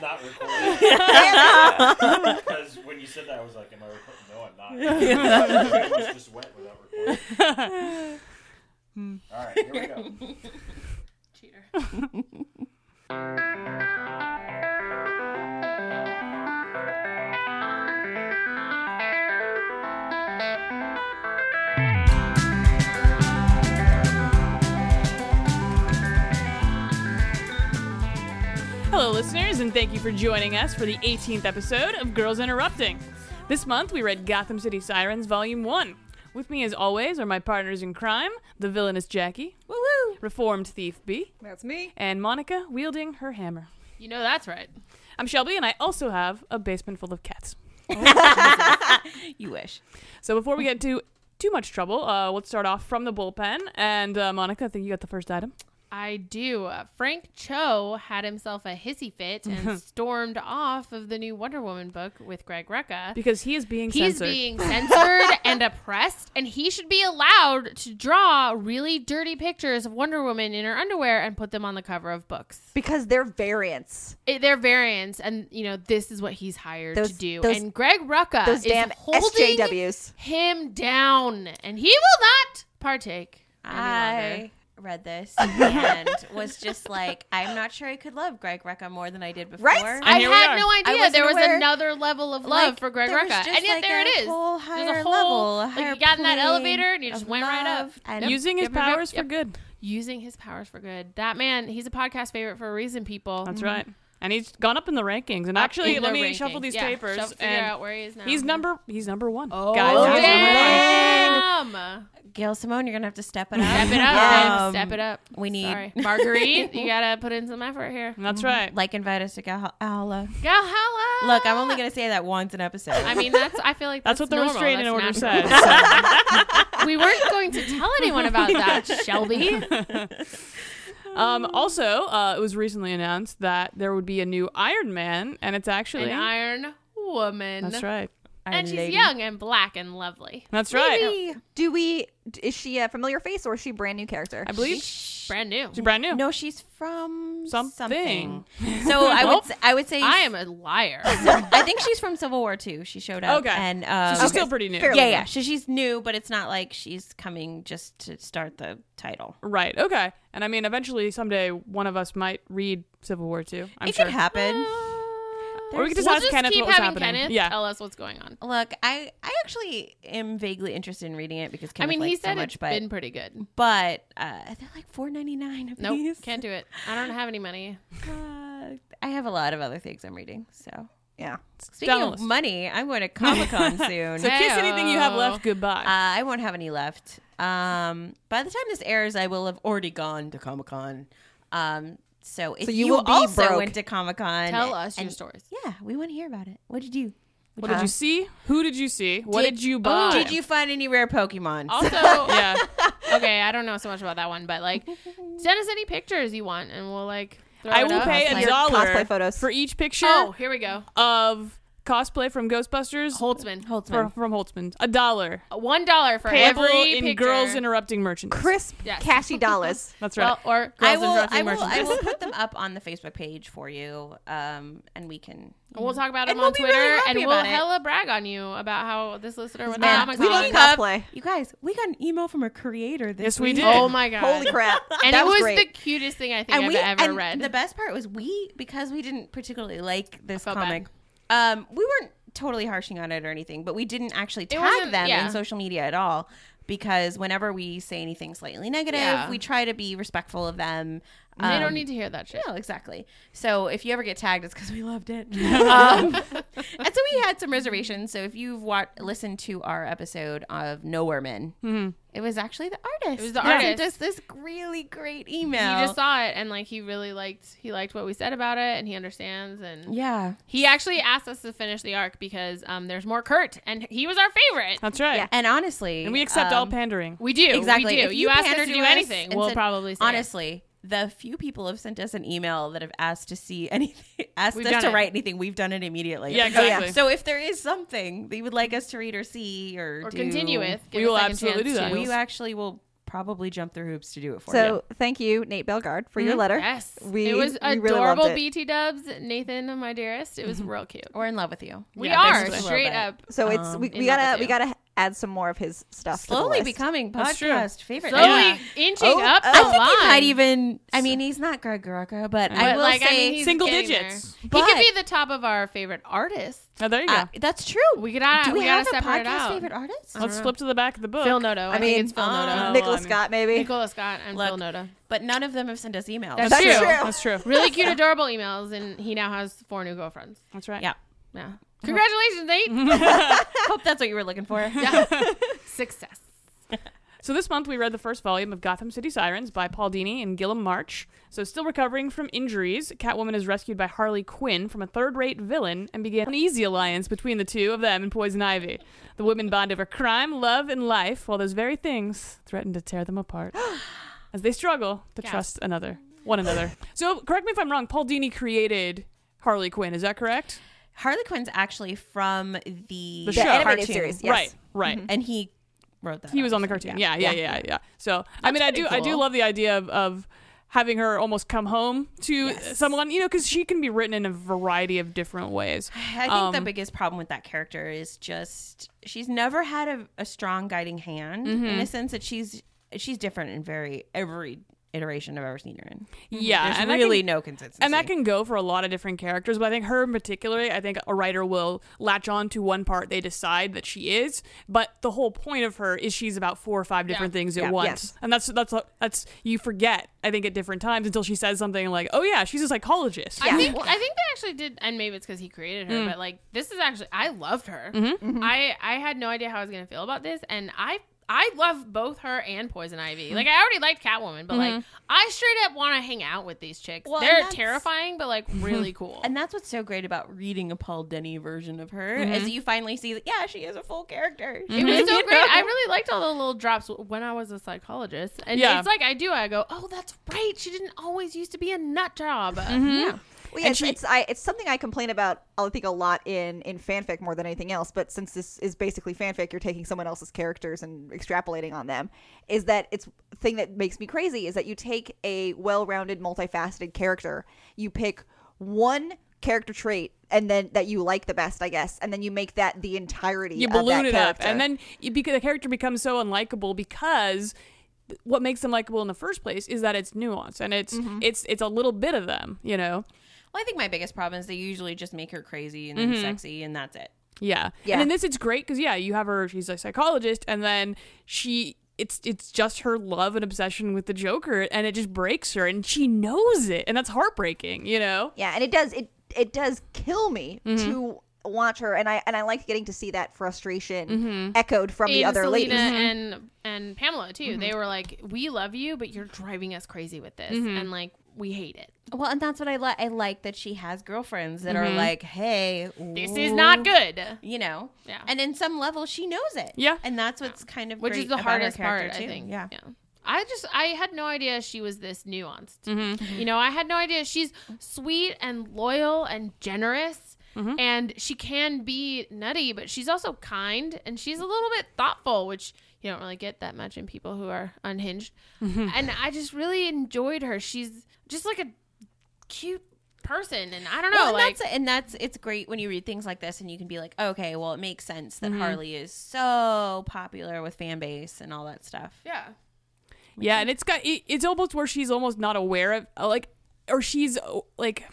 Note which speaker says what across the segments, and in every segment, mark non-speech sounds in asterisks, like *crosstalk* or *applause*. Speaker 1: not recording. because when you said that, I was like, "Am I recording?" No, I'm not. it was just went without recording. All right, here we go.
Speaker 2: Cheater. Hello, listeners, and thank you for joining us for the 18th episode of Girls Interrupting. This month, we read Gotham City Sirens Volume 1. With me, as always, are my partners in crime, the villainous Jackie,
Speaker 3: Woo woo!
Speaker 2: reformed thief B,
Speaker 3: That's me.
Speaker 2: and Monica wielding her hammer.
Speaker 4: You know that's right.
Speaker 2: I'm Shelby, and I also have a basement full of cats.
Speaker 3: You wish.
Speaker 2: So before we get into too much trouble, uh, let's start off from the bullpen. And uh, Monica, I think you got the first item.
Speaker 4: I do. Uh, Frank Cho had himself a hissy fit and stormed off of the new Wonder Woman book with Greg Rucka.
Speaker 2: Because he is being
Speaker 4: He's
Speaker 2: censored.
Speaker 4: being censored and oppressed, and he should be allowed to draw really dirty pictures of Wonder Woman in her underwear and put them on the cover of books.
Speaker 3: Because they're variants.
Speaker 4: It, they're variants, and you know this is what he's hired
Speaker 3: Those-
Speaker 4: to do.
Speaker 3: those-
Speaker 4: and Greg Rucka
Speaker 3: Those
Speaker 4: is
Speaker 3: damn
Speaker 4: holding
Speaker 3: SJWs.
Speaker 4: him down, and he will not partake. any longer.
Speaker 5: I read this and was just like, I'm not sure I could love Greg Recca more than I did before.
Speaker 3: Right?
Speaker 2: And
Speaker 4: I
Speaker 2: here we
Speaker 4: had
Speaker 2: are.
Speaker 4: no
Speaker 5: I
Speaker 4: idea
Speaker 5: wasn't
Speaker 4: there was
Speaker 5: aware-
Speaker 4: another level of love
Speaker 5: Like,
Speaker 4: for Greg
Speaker 5: there was
Speaker 4: Rucka,
Speaker 5: just
Speaker 4: and yet
Speaker 5: like
Speaker 4: there
Speaker 5: a
Speaker 4: it is.
Speaker 5: whole
Speaker 4: There's
Speaker 5: higher
Speaker 4: a whole
Speaker 5: level, a
Speaker 4: like
Speaker 5: higher
Speaker 4: you got in that
Speaker 5: plane
Speaker 4: elevator and you just
Speaker 5: of
Speaker 4: went right up.
Speaker 5: love and-
Speaker 2: Using his
Speaker 4: Yep, yep, yep,
Speaker 2: powers for
Speaker 4: yep.
Speaker 2: good.
Speaker 4: Using his powers for good. That man, he's a podcast favorite for a reason. People, Mm-hmm.
Speaker 2: That's right. And he's gone up in the rankings. And actually,
Speaker 4: In
Speaker 2: let
Speaker 4: the
Speaker 2: me
Speaker 4: ranking.
Speaker 2: shuffle these
Speaker 4: Yeah,
Speaker 2: papers.
Speaker 4: shuffle- figure
Speaker 2: and
Speaker 4: out where he is now.
Speaker 2: he's number he's number one.
Speaker 4: Oh,
Speaker 2: Guys, he's number one.
Speaker 4: damn!
Speaker 5: Gail Simone, you're gonna have to step it up.
Speaker 4: Step it up, man.
Speaker 5: Um,
Speaker 4: Step it up.
Speaker 5: we need- *laughs*
Speaker 4: Sorry. Marguerite. you gotta put in some effort here.
Speaker 2: That's right.
Speaker 5: Like invite us to Gala.
Speaker 4: Galhala.
Speaker 5: Look, I'm only gonna say that once an episode.
Speaker 4: I mean, that's. I feel like
Speaker 2: that's, what the
Speaker 4: normal.
Speaker 2: restraining
Speaker 4: That's
Speaker 2: order
Speaker 4: natural. *laughs*
Speaker 2: says. So,
Speaker 4: we weren't going to tell anyone about
Speaker 5: *laughs*
Speaker 4: that, Shelby.
Speaker 2: um, also, uh, it was recently announced that there would be a new Iron Man, and it's actually
Speaker 4: An Iron Woman.
Speaker 2: that's right.
Speaker 4: And
Speaker 5: Iron
Speaker 4: she's
Speaker 5: Lady.
Speaker 4: young and black and lovely.
Speaker 2: That's right.
Speaker 3: Do we? Is she a familiar face or is she a brand new character?
Speaker 2: I believe
Speaker 4: Brand new.
Speaker 2: she's brand new.
Speaker 5: No, she's from
Speaker 2: Something.
Speaker 5: something. So I would, s- I would say,
Speaker 4: I am
Speaker 2: *laughs*
Speaker 4: a liar.
Speaker 5: I think she's from Civil War too. She showed up.
Speaker 2: Okay.
Speaker 5: and
Speaker 2: So
Speaker 5: um,
Speaker 2: she's still pretty new.
Speaker 3: fairly
Speaker 5: yeah,
Speaker 3: new.
Speaker 5: yeah. So she's new, but it's not like she's coming just to start the title.
Speaker 2: Right. Okay. And I mean, eventually, someday, one of us might read Civil War Two. I'm
Speaker 5: it
Speaker 2: sure.
Speaker 5: could happen.
Speaker 4: Ah.
Speaker 2: Or we could just
Speaker 4: we'll
Speaker 2: ask
Speaker 4: just
Speaker 2: Kenneth
Speaker 4: keep
Speaker 2: what was
Speaker 4: having
Speaker 2: happening.
Speaker 4: Kenneth Oh,
Speaker 2: Yeah.
Speaker 4: tell us what's going on.
Speaker 5: Look, I I actually am vaguely interested in reading it because
Speaker 4: I
Speaker 5: Kenneth
Speaker 4: mean,
Speaker 5: likes
Speaker 4: he said
Speaker 5: so much,
Speaker 4: it's
Speaker 5: but
Speaker 4: been pretty good.
Speaker 5: but uh, they're like four ninety nine.
Speaker 4: Nope, can't do it. I don't have
Speaker 2: *laughs*
Speaker 4: any money.
Speaker 5: *laughs* Uh, I have a lot of other things I'm reading. So
Speaker 3: yeah.
Speaker 5: speaking
Speaker 2: Down the
Speaker 5: of
Speaker 2: list.
Speaker 5: money, I'm going to Comic Con soon.
Speaker 2: So kiss anything you have left goodbye.
Speaker 5: Uh, I won't have any left. Um, by the time this airs, I will have already gone to Comic Con. Um, so if
Speaker 3: So you
Speaker 5: you,
Speaker 3: will be
Speaker 5: also
Speaker 3: broke.
Speaker 5: went to Comic Con,
Speaker 4: Tell us
Speaker 2: *laughs*
Speaker 4: your stories.
Speaker 5: Yeah, we want to hear about it. What did you?
Speaker 2: what did you see? Who did you see? What did,
Speaker 4: Did-
Speaker 2: you
Speaker 4: oh,
Speaker 2: buy?
Speaker 5: Did you find any rare Pokemon?
Speaker 4: Also,
Speaker 3: *laughs*
Speaker 2: *laughs* Yeah.
Speaker 4: okay, I don't know so much about that one,
Speaker 2: *laughs*
Speaker 4: but like, send us any pictures you want, and we'll like. Throw
Speaker 2: I
Speaker 4: it
Speaker 2: will
Speaker 4: up.
Speaker 2: pay
Speaker 3: Cosplay.
Speaker 2: a
Speaker 3: Your
Speaker 2: dollar
Speaker 3: cosplay photos.
Speaker 2: for each picture
Speaker 4: Oh, here we go.
Speaker 2: of cosplay from Ghostbusters
Speaker 4: Holtzman.
Speaker 2: for,
Speaker 4: Holtzman.
Speaker 2: from Holtzman. A dollar
Speaker 4: One dollar for
Speaker 2: payable
Speaker 4: every
Speaker 2: in
Speaker 4: picture.
Speaker 2: girls interrupting merchandise.
Speaker 3: Crisp,
Speaker 4: Yes.
Speaker 3: cashy *laughs* dollars.
Speaker 2: That's right.
Speaker 4: well, or girls
Speaker 5: I will.
Speaker 4: interrupting
Speaker 5: I will. I
Speaker 4: merchandise.
Speaker 5: will
Speaker 4: *laughs*
Speaker 5: put them up on the Facebook page for you, um, and we can.
Speaker 4: And we'll talk about him
Speaker 5: And we'll
Speaker 4: on
Speaker 5: be
Speaker 4: Twitter,
Speaker 5: really happy
Speaker 4: and we'll
Speaker 5: about it.
Speaker 4: hella brag on you about how this listener went to
Speaker 5: Man,
Speaker 4: Comic
Speaker 3: we love
Speaker 4: Con.
Speaker 3: cosplay.
Speaker 5: You guys, we got an email from a creator this
Speaker 2: yes, we
Speaker 5: week.
Speaker 2: did.
Speaker 4: Oh my god!
Speaker 3: Holy *laughs* crap.
Speaker 4: And
Speaker 3: that
Speaker 4: it was,
Speaker 3: great.
Speaker 4: the cutest thing I think I've
Speaker 5: we
Speaker 4: ever
Speaker 5: and
Speaker 4: read.
Speaker 5: The best part was we because we didn't particularly like this
Speaker 4: felt bad.
Speaker 5: comic. Um, we weren't totally harshing on it or anything, but we didn't actually
Speaker 4: wasn't-
Speaker 5: tag them
Speaker 4: yeah.
Speaker 5: in social media at all because whenever we say anything slightly negative,
Speaker 4: Yeah.
Speaker 5: we try to be respectful of them.
Speaker 4: they
Speaker 5: Um,
Speaker 4: don't need to hear that shit.
Speaker 5: no, exactly. So if you ever get tagged, it's because we
Speaker 4: *laughs*
Speaker 5: loved it. um, and so we had some reservations. So if you've wa- listened to our episode of Nowhere Men, it was actually the artist.
Speaker 4: Mm-hmm. It was the
Speaker 5: who sent
Speaker 4: artist.
Speaker 5: us this really great email.
Speaker 4: He just saw it and like he really liked he liked what we said about it and he understands and
Speaker 5: yeah.
Speaker 4: he actually asked us to finish the arc because um there's more Kurt and he was our favorite.
Speaker 2: That's right.
Speaker 3: Yeah.
Speaker 5: And honestly,
Speaker 2: And we accept all
Speaker 5: um,
Speaker 2: pandering.
Speaker 4: We do
Speaker 5: Exactly.
Speaker 4: We do.
Speaker 5: If
Speaker 4: you asked us
Speaker 5: pander
Speaker 4: to do
Speaker 5: us
Speaker 4: anything,
Speaker 5: and
Speaker 4: we'll
Speaker 5: said-
Speaker 4: probably say it.
Speaker 5: honestly. The few people have sent us an email that have asked to see *laughs* anything, asked
Speaker 4: We've
Speaker 5: us
Speaker 4: done
Speaker 5: to
Speaker 4: it.
Speaker 5: write anything. We've done it immediately.
Speaker 2: Yeah,
Speaker 5: So,
Speaker 2: exactly.
Speaker 5: Oh, So if there is something that you would like us to read or see or,
Speaker 4: or
Speaker 5: do,
Speaker 4: continue with.
Speaker 2: We
Speaker 4: give
Speaker 2: will
Speaker 4: us, like, a
Speaker 2: absolutely
Speaker 4: chance
Speaker 2: do that.
Speaker 4: to-
Speaker 5: we actually will probably jump through hoops to do it for
Speaker 3: So
Speaker 5: you.
Speaker 3: thank you, Nate Belgard, for your letter.
Speaker 4: Mm-hmm. Yes.
Speaker 3: We-
Speaker 4: it was
Speaker 3: we really loved
Speaker 4: adorable
Speaker 3: it.
Speaker 4: BT dubs. Nathan, my dearest. It was
Speaker 5: Mm-hmm.
Speaker 4: real cute.
Speaker 5: We're in love with you.
Speaker 4: We
Speaker 2: Yeah,
Speaker 4: are
Speaker 2: basically.
Speaker 4: straight
Speaker 5: Love
Speaker 4: up.
Speaker 3: So it's we,
Speaker 4: in
Speaker 3: we
Speaker 4: love
Speaker 3: gotta
Speaker 4: with
Speaker 3: we gotta add some more of his stuff. to the
Speaker 5: Slowly
Speaker 3: list.
Speaker 5: becoming
Speaker 2: That's true.
Speaker 5: podcast favorite.
Speaker 4: Slowly
Speaker 2: Yeah.
Speaker 4: inching
Speaker 3: Oh,
Speaker 4: up.
Speaker 3: oh.
Speaker 4: the
Speaker 5: I think he
Speaker 4: line.
Speaker 5: might even. I mean, he's not Greg Greco, but I
Speaker 4: But,
Speaker 5: will
Speaker 4: like,
Speaker 5: say
Speaker 4: I mean, he's
Speaker 2: Single
Speaker 4: getting there.
Speaker 2: digits.
Speaker 4: he
Speaker 5: But-
Speaker 4: could be the top of our favorite artist.
Speaker 2: Oh, there you go.
Speaker 5: uh, that's true.
Speaker 4: We gotta-
Speaker 5: Do we,
Speaker 4: we gotta
Speaker 5: have a
Speaker 4: separate it
Speaker 5: podcast
Speaker 4: out.
Speaker 5: favorite artist?
Speaker 2: Let's flip to the back of the book.
Speaker 4: Phil Noto. I,
Speaker 3: I
Speaker 4: think
Speaker 3: mean,
Speaker 4: it's Phil
Speaker 2: uh,
Speaker 4: Noto.
Speaker 2: Nick-
Speaker 3: Nicola
Speaker 2: I mean-
Speaker 3: Scott, maybe.
Speaker 4: Nicola Scott and Phil
Speaker 5: um, Look,
Speaker 4: Noto.
Speaker 5: But none of them have sent us emails.
Speaker 4: That's
Speaker 3: That's
Speaker 4: true.
Speaker 3: true.
Speaker 2: That's true.
Speaker 4: Really cute, adorable emails, and he now has four new girlfriends.
Speaker 2: That's right.
Speaker 5: yeah.
Speaker 4: Yeah.
Speaker 2: *laughs*
Speaker 4: Congratulations, Nate.
Speaker 5: *laughs* Hope that's what you were looking for.
Speaker 4: Yeah. Success.
Speaker 2: So this month we read the first volume of Gotham City Sirens by Paul Dini and Gillum March. So still recovering from injuries, Catwoman is rescued by Harley Quinn from a third-rate villain and began an easy alliance between the two of them and Poison Ivy. The women bond over crime, love, and life, while those very things threaten to tear them apart as they struggle to
Speaker 4: Gasp.
Speaker 2: trust another, one another. So correct me if I'm wrong. Paul Dini created Harley Quinn. Is that correct?
Speaker 5: Harley Quinn's actually from the,
Speaker 2: The
Speaker 3: The
Speaker 2: show.
Speaker 3: animated
Speaker 5: cartoon.
Speaker 3: series, yes.
Speaker 2: Right. Right.
Speaker 5: and he wrote that.
Speaker 2: he was on the
Speaker 5: obviously.
Speaker 2: cartoon. Yeah, yeah, yeah, yeah. So I mean, I do,
Speaker 5: pretty
Speaker 2: I do
Speaker 5: cool.
Speaker 2: love the idea of, of having her almost come home to someone, you know, because she can be written in a variety of different ways.
Speaker 5: *sighs* I think
Speaker 2: Um,
Speaker 5: the biggest problem with that character is just she's never had a, a strong guiding hand in
Speaker 2: Mm-hmm.
Speaker 5: a sense that she's she's different in very every iteration I've ever seen her in.
Speaker 2: Yeah,
Speaker 5: There's
Speaker 2: and that
Speaker 5: really
Speaker 2: can-
Speaker 5: no consistency.
Speaker 2: And that can go for a lot of different characters, but I think her in particular, I think a writer will latch on to one part they decide that she is. But the whole point of her is she's about four or five different things at
Speaker 5: Yeah.
Speaker 2: once,
Speaker 3: Yes.
Speaker 2: and that's that's that's you forget. I think at different times until she says something like, "Oh yeah, she's a psychologist."
Speaker 4: I think I think they actually did, and maybe it's because he created her. But like, this is actually I loved her.
Speaker 5: Mm-hmm.
Speaker 4: I I had no idea how I was gonna feel about this, and I I love both her and Poison Ivy. Like I already liked Catwoman, but like I straight up want to hang out with these chicks.
Speaker 5: Well, and
Speaker 4: They're
Speaker 5: that's-
Speaker 4: terrifying, but like really cool.
Speaker 5: and that's what's so great about reading a Paul Denny version of her is
Speaker 2: Mm-hmm.
Speaker 5: that you finally see that yeah she is a full character. She
Speaker 4: It was so
Speaker 5: you
Speaker 4: great.
Speaker 5: know?
Speaker 4: I really liked all the little drops when I was a psychologist. And
Speaker 2: Yeah.
Speaker 4: it's like I do. I go, oh, that's right. She didn't always used to be a nut job. Yeah.
Speaker 3: Well, yeah, it's, it's, I, it's something I complain about. I think a lot in in fanfic more than anything else. But since this is basically fanfic, you're taking someone else's characters and extrapolating on them. Is that it's thing that makes me crazy is that you take a well-rounded, multifaceted character, you pick one character trait, and then that you like the best, I guess, and then you make that the entirety.
Speaker 2: you
Speaker 3: of that
Speaker 2: balloon it up
Speaker 3: character.
Speaker 2: and then you beca- the character becomes so unlikable because what makes them likable in the first place is that it's nuance and it's
Speaker 3: Mm-hmm.
Speaker 2: it's it's a little bit of them you know
Speaker 5: Well, I think my biggest problem is they usually just make her crazy and then
Speaker 2: Mm-hmm.
Speaker 5: sexy and that's it.
Speaker 2: yeah,
Speaker 3: Yeah.
Speaker 2: and in this it's great because yeah you have her she's a psychologist and then she it's it's just her love and obsession with the joker and it just breaks her and she knows it and that's heartbreaking you know
Speaker 3: Yeah, and it does it it does kill me
Speaker 2: Mm-hmm.
Speaker 3: to watch her and I and I liked getting to see that frustration
Speaker 2: Mm-hmm.
Speaker 3: echoed from the
Speaker 4: In
Speaker 3: other
Speaker 4: Selena
Speaker 3: ladies. Mm-hmm.
Speaker 4: and and Pamela too. They were like, "We love you, but you're driving us crazy with this,
Speaker 3: Mm-hmm.
Speaker 4: and like we hate it.
Speaker 5: Well, and that's what I like. I like that she has girlfriends that
Speaker 2: Mm-hmm.
Speaker 5: are like, "Hey,
Speaker 4: This is
Speaker 3: Oh.
Speaker 4: not good."
Speaker 5: you know
Speaker 4: Yeah.
Speaker 5: and in some level she knows it
Speaker 2: Yeah.
Speaker 5: and that's what's kind of
Speaker 4: which
Speaker 5: great
Speaker 4: is the
Speaker 5: about her
Speaker 4: hardest
Speaker 5: character,
Speaker 4: part i
Speaker 5: too.
Speaker 4: think
Speaker 5: yeah
Speaker 4: i just i had no idea she was this nuanced
Speaker 5: Mm-hmm.
Speaker 4: you know i had no idea she's sweet and loyal and generous
Speaker 5: Mm-hmm.
Speaker 4: and she can be nutty but she's also kind and she's a little bit thoughtful which you don't really get that much in people who are unhinged
Speaker 5: Mm-hmm.
Speaker 4: and i just really enjoyed her she's just like a cute person and i don't know
Speaker 5: well, and
Speaker 4: like
Speaker 5: that's and that's it's great when you read things like this and you can be like okay well it makes sense
Speaker 4: Mm-hmm.
Speaker 5: that harley is so popular with fan base and all that stuff
Speaker 4: yeah
Speaker 2: Yeah, and it's got it, it's almost where she's almost not aware of uh, like or she's uh, like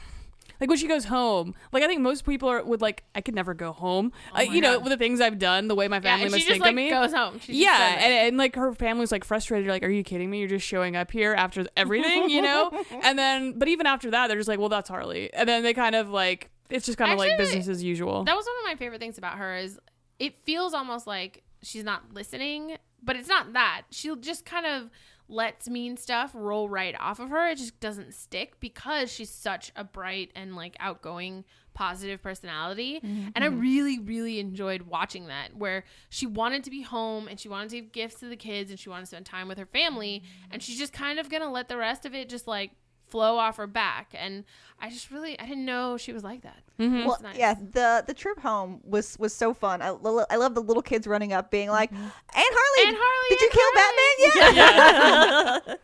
Speaker 2: like when she goes home. Like I think most people are would like I could never go home. Uh, you know, with the things I've done, the way my
Speaker 4: Oh yeah,
Speaker 2: family
Speaker 4: and
Speaker 2: must
Speaker 4: she just
Speaker 2: think
Speaker 4: like
Speaker 2: of me.
Speaker 4: goes home. She's just
Speaker 2: yeah,
Speaker 4: so nice.
Speaker 2: and, and like her family's like frustrated. Like, are you kidding me? You're just showing up here after everything, you
Speaker 4: *laughs*
Speaker 2: know? and then, but even after that, they're just like, well, that's Harley. And then they kind of like, it's just kind of like
Speaker 4: Actually,
Speaker 2: business as usual.
Speaker 4: That was one of my favorite things about her is it feels almost like she's not listening, but it's not that. She just kind of lets mean stuff roll right off of her. It just doesn't stick because she's such a bright and like outgoing positive personality. And I really really enjoyed watching that where she wanted to be home and she wanted to give gifts to the kids and she wanted to spend time with her family and she's just kind of going to let the rest of it just like flow off her back. And I just really, I didn't know she was like that.
Speaker 3: Well,
Speaker 4: Mm-hmm. nice.
Speaker 3: yeah, the the trip home was was so fun. I, lo- I love the little kids running up, being like, "Aunt Harley,
Speaker 4: Mm-hmm.
Speaker 3: did you
Speaker 4: Aunt Harley, Aunt
Speaker 3: kill Batman yet?"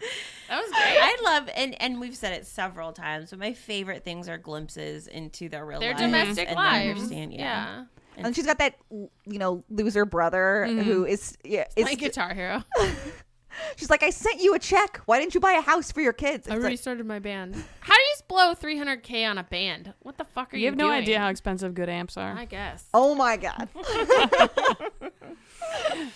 Speaker 4: That was great.
Speaker 5: I love and and we've said it several times, but my favorite things are glimpses into their real
Speaker 4: Their
Speaker 5: lives
Speaker 4: domestic
Speaker 5: and they
Speaker 4: lives.
Speaker 5: Understand, yeah.
Speaker 4: yeah.
Speaker 3: and she's got that you know loser brother
Speaker 4: Mm-hmm.
Speaker 3: who is yeah,
Speaker 4: My
Speaker 3: is,
Speaker 4: guitar hero.
Speaker 3: she's like, "I sent you a check. Why didn't you buy a house for your kids?"
Speaker 4: I
Speaker 3: It's like,
Speaker 4: restarted my band. How do you blow 300k on a band? What the fuck are you?
Speaker 2: You have no
Speaker 4: doing?
Speaker 2: idea how expensive good amps are.
Speaker 4: I guess.
Speaker 3: oh my
Speaker 4: *laughs*
Speaker 3: god,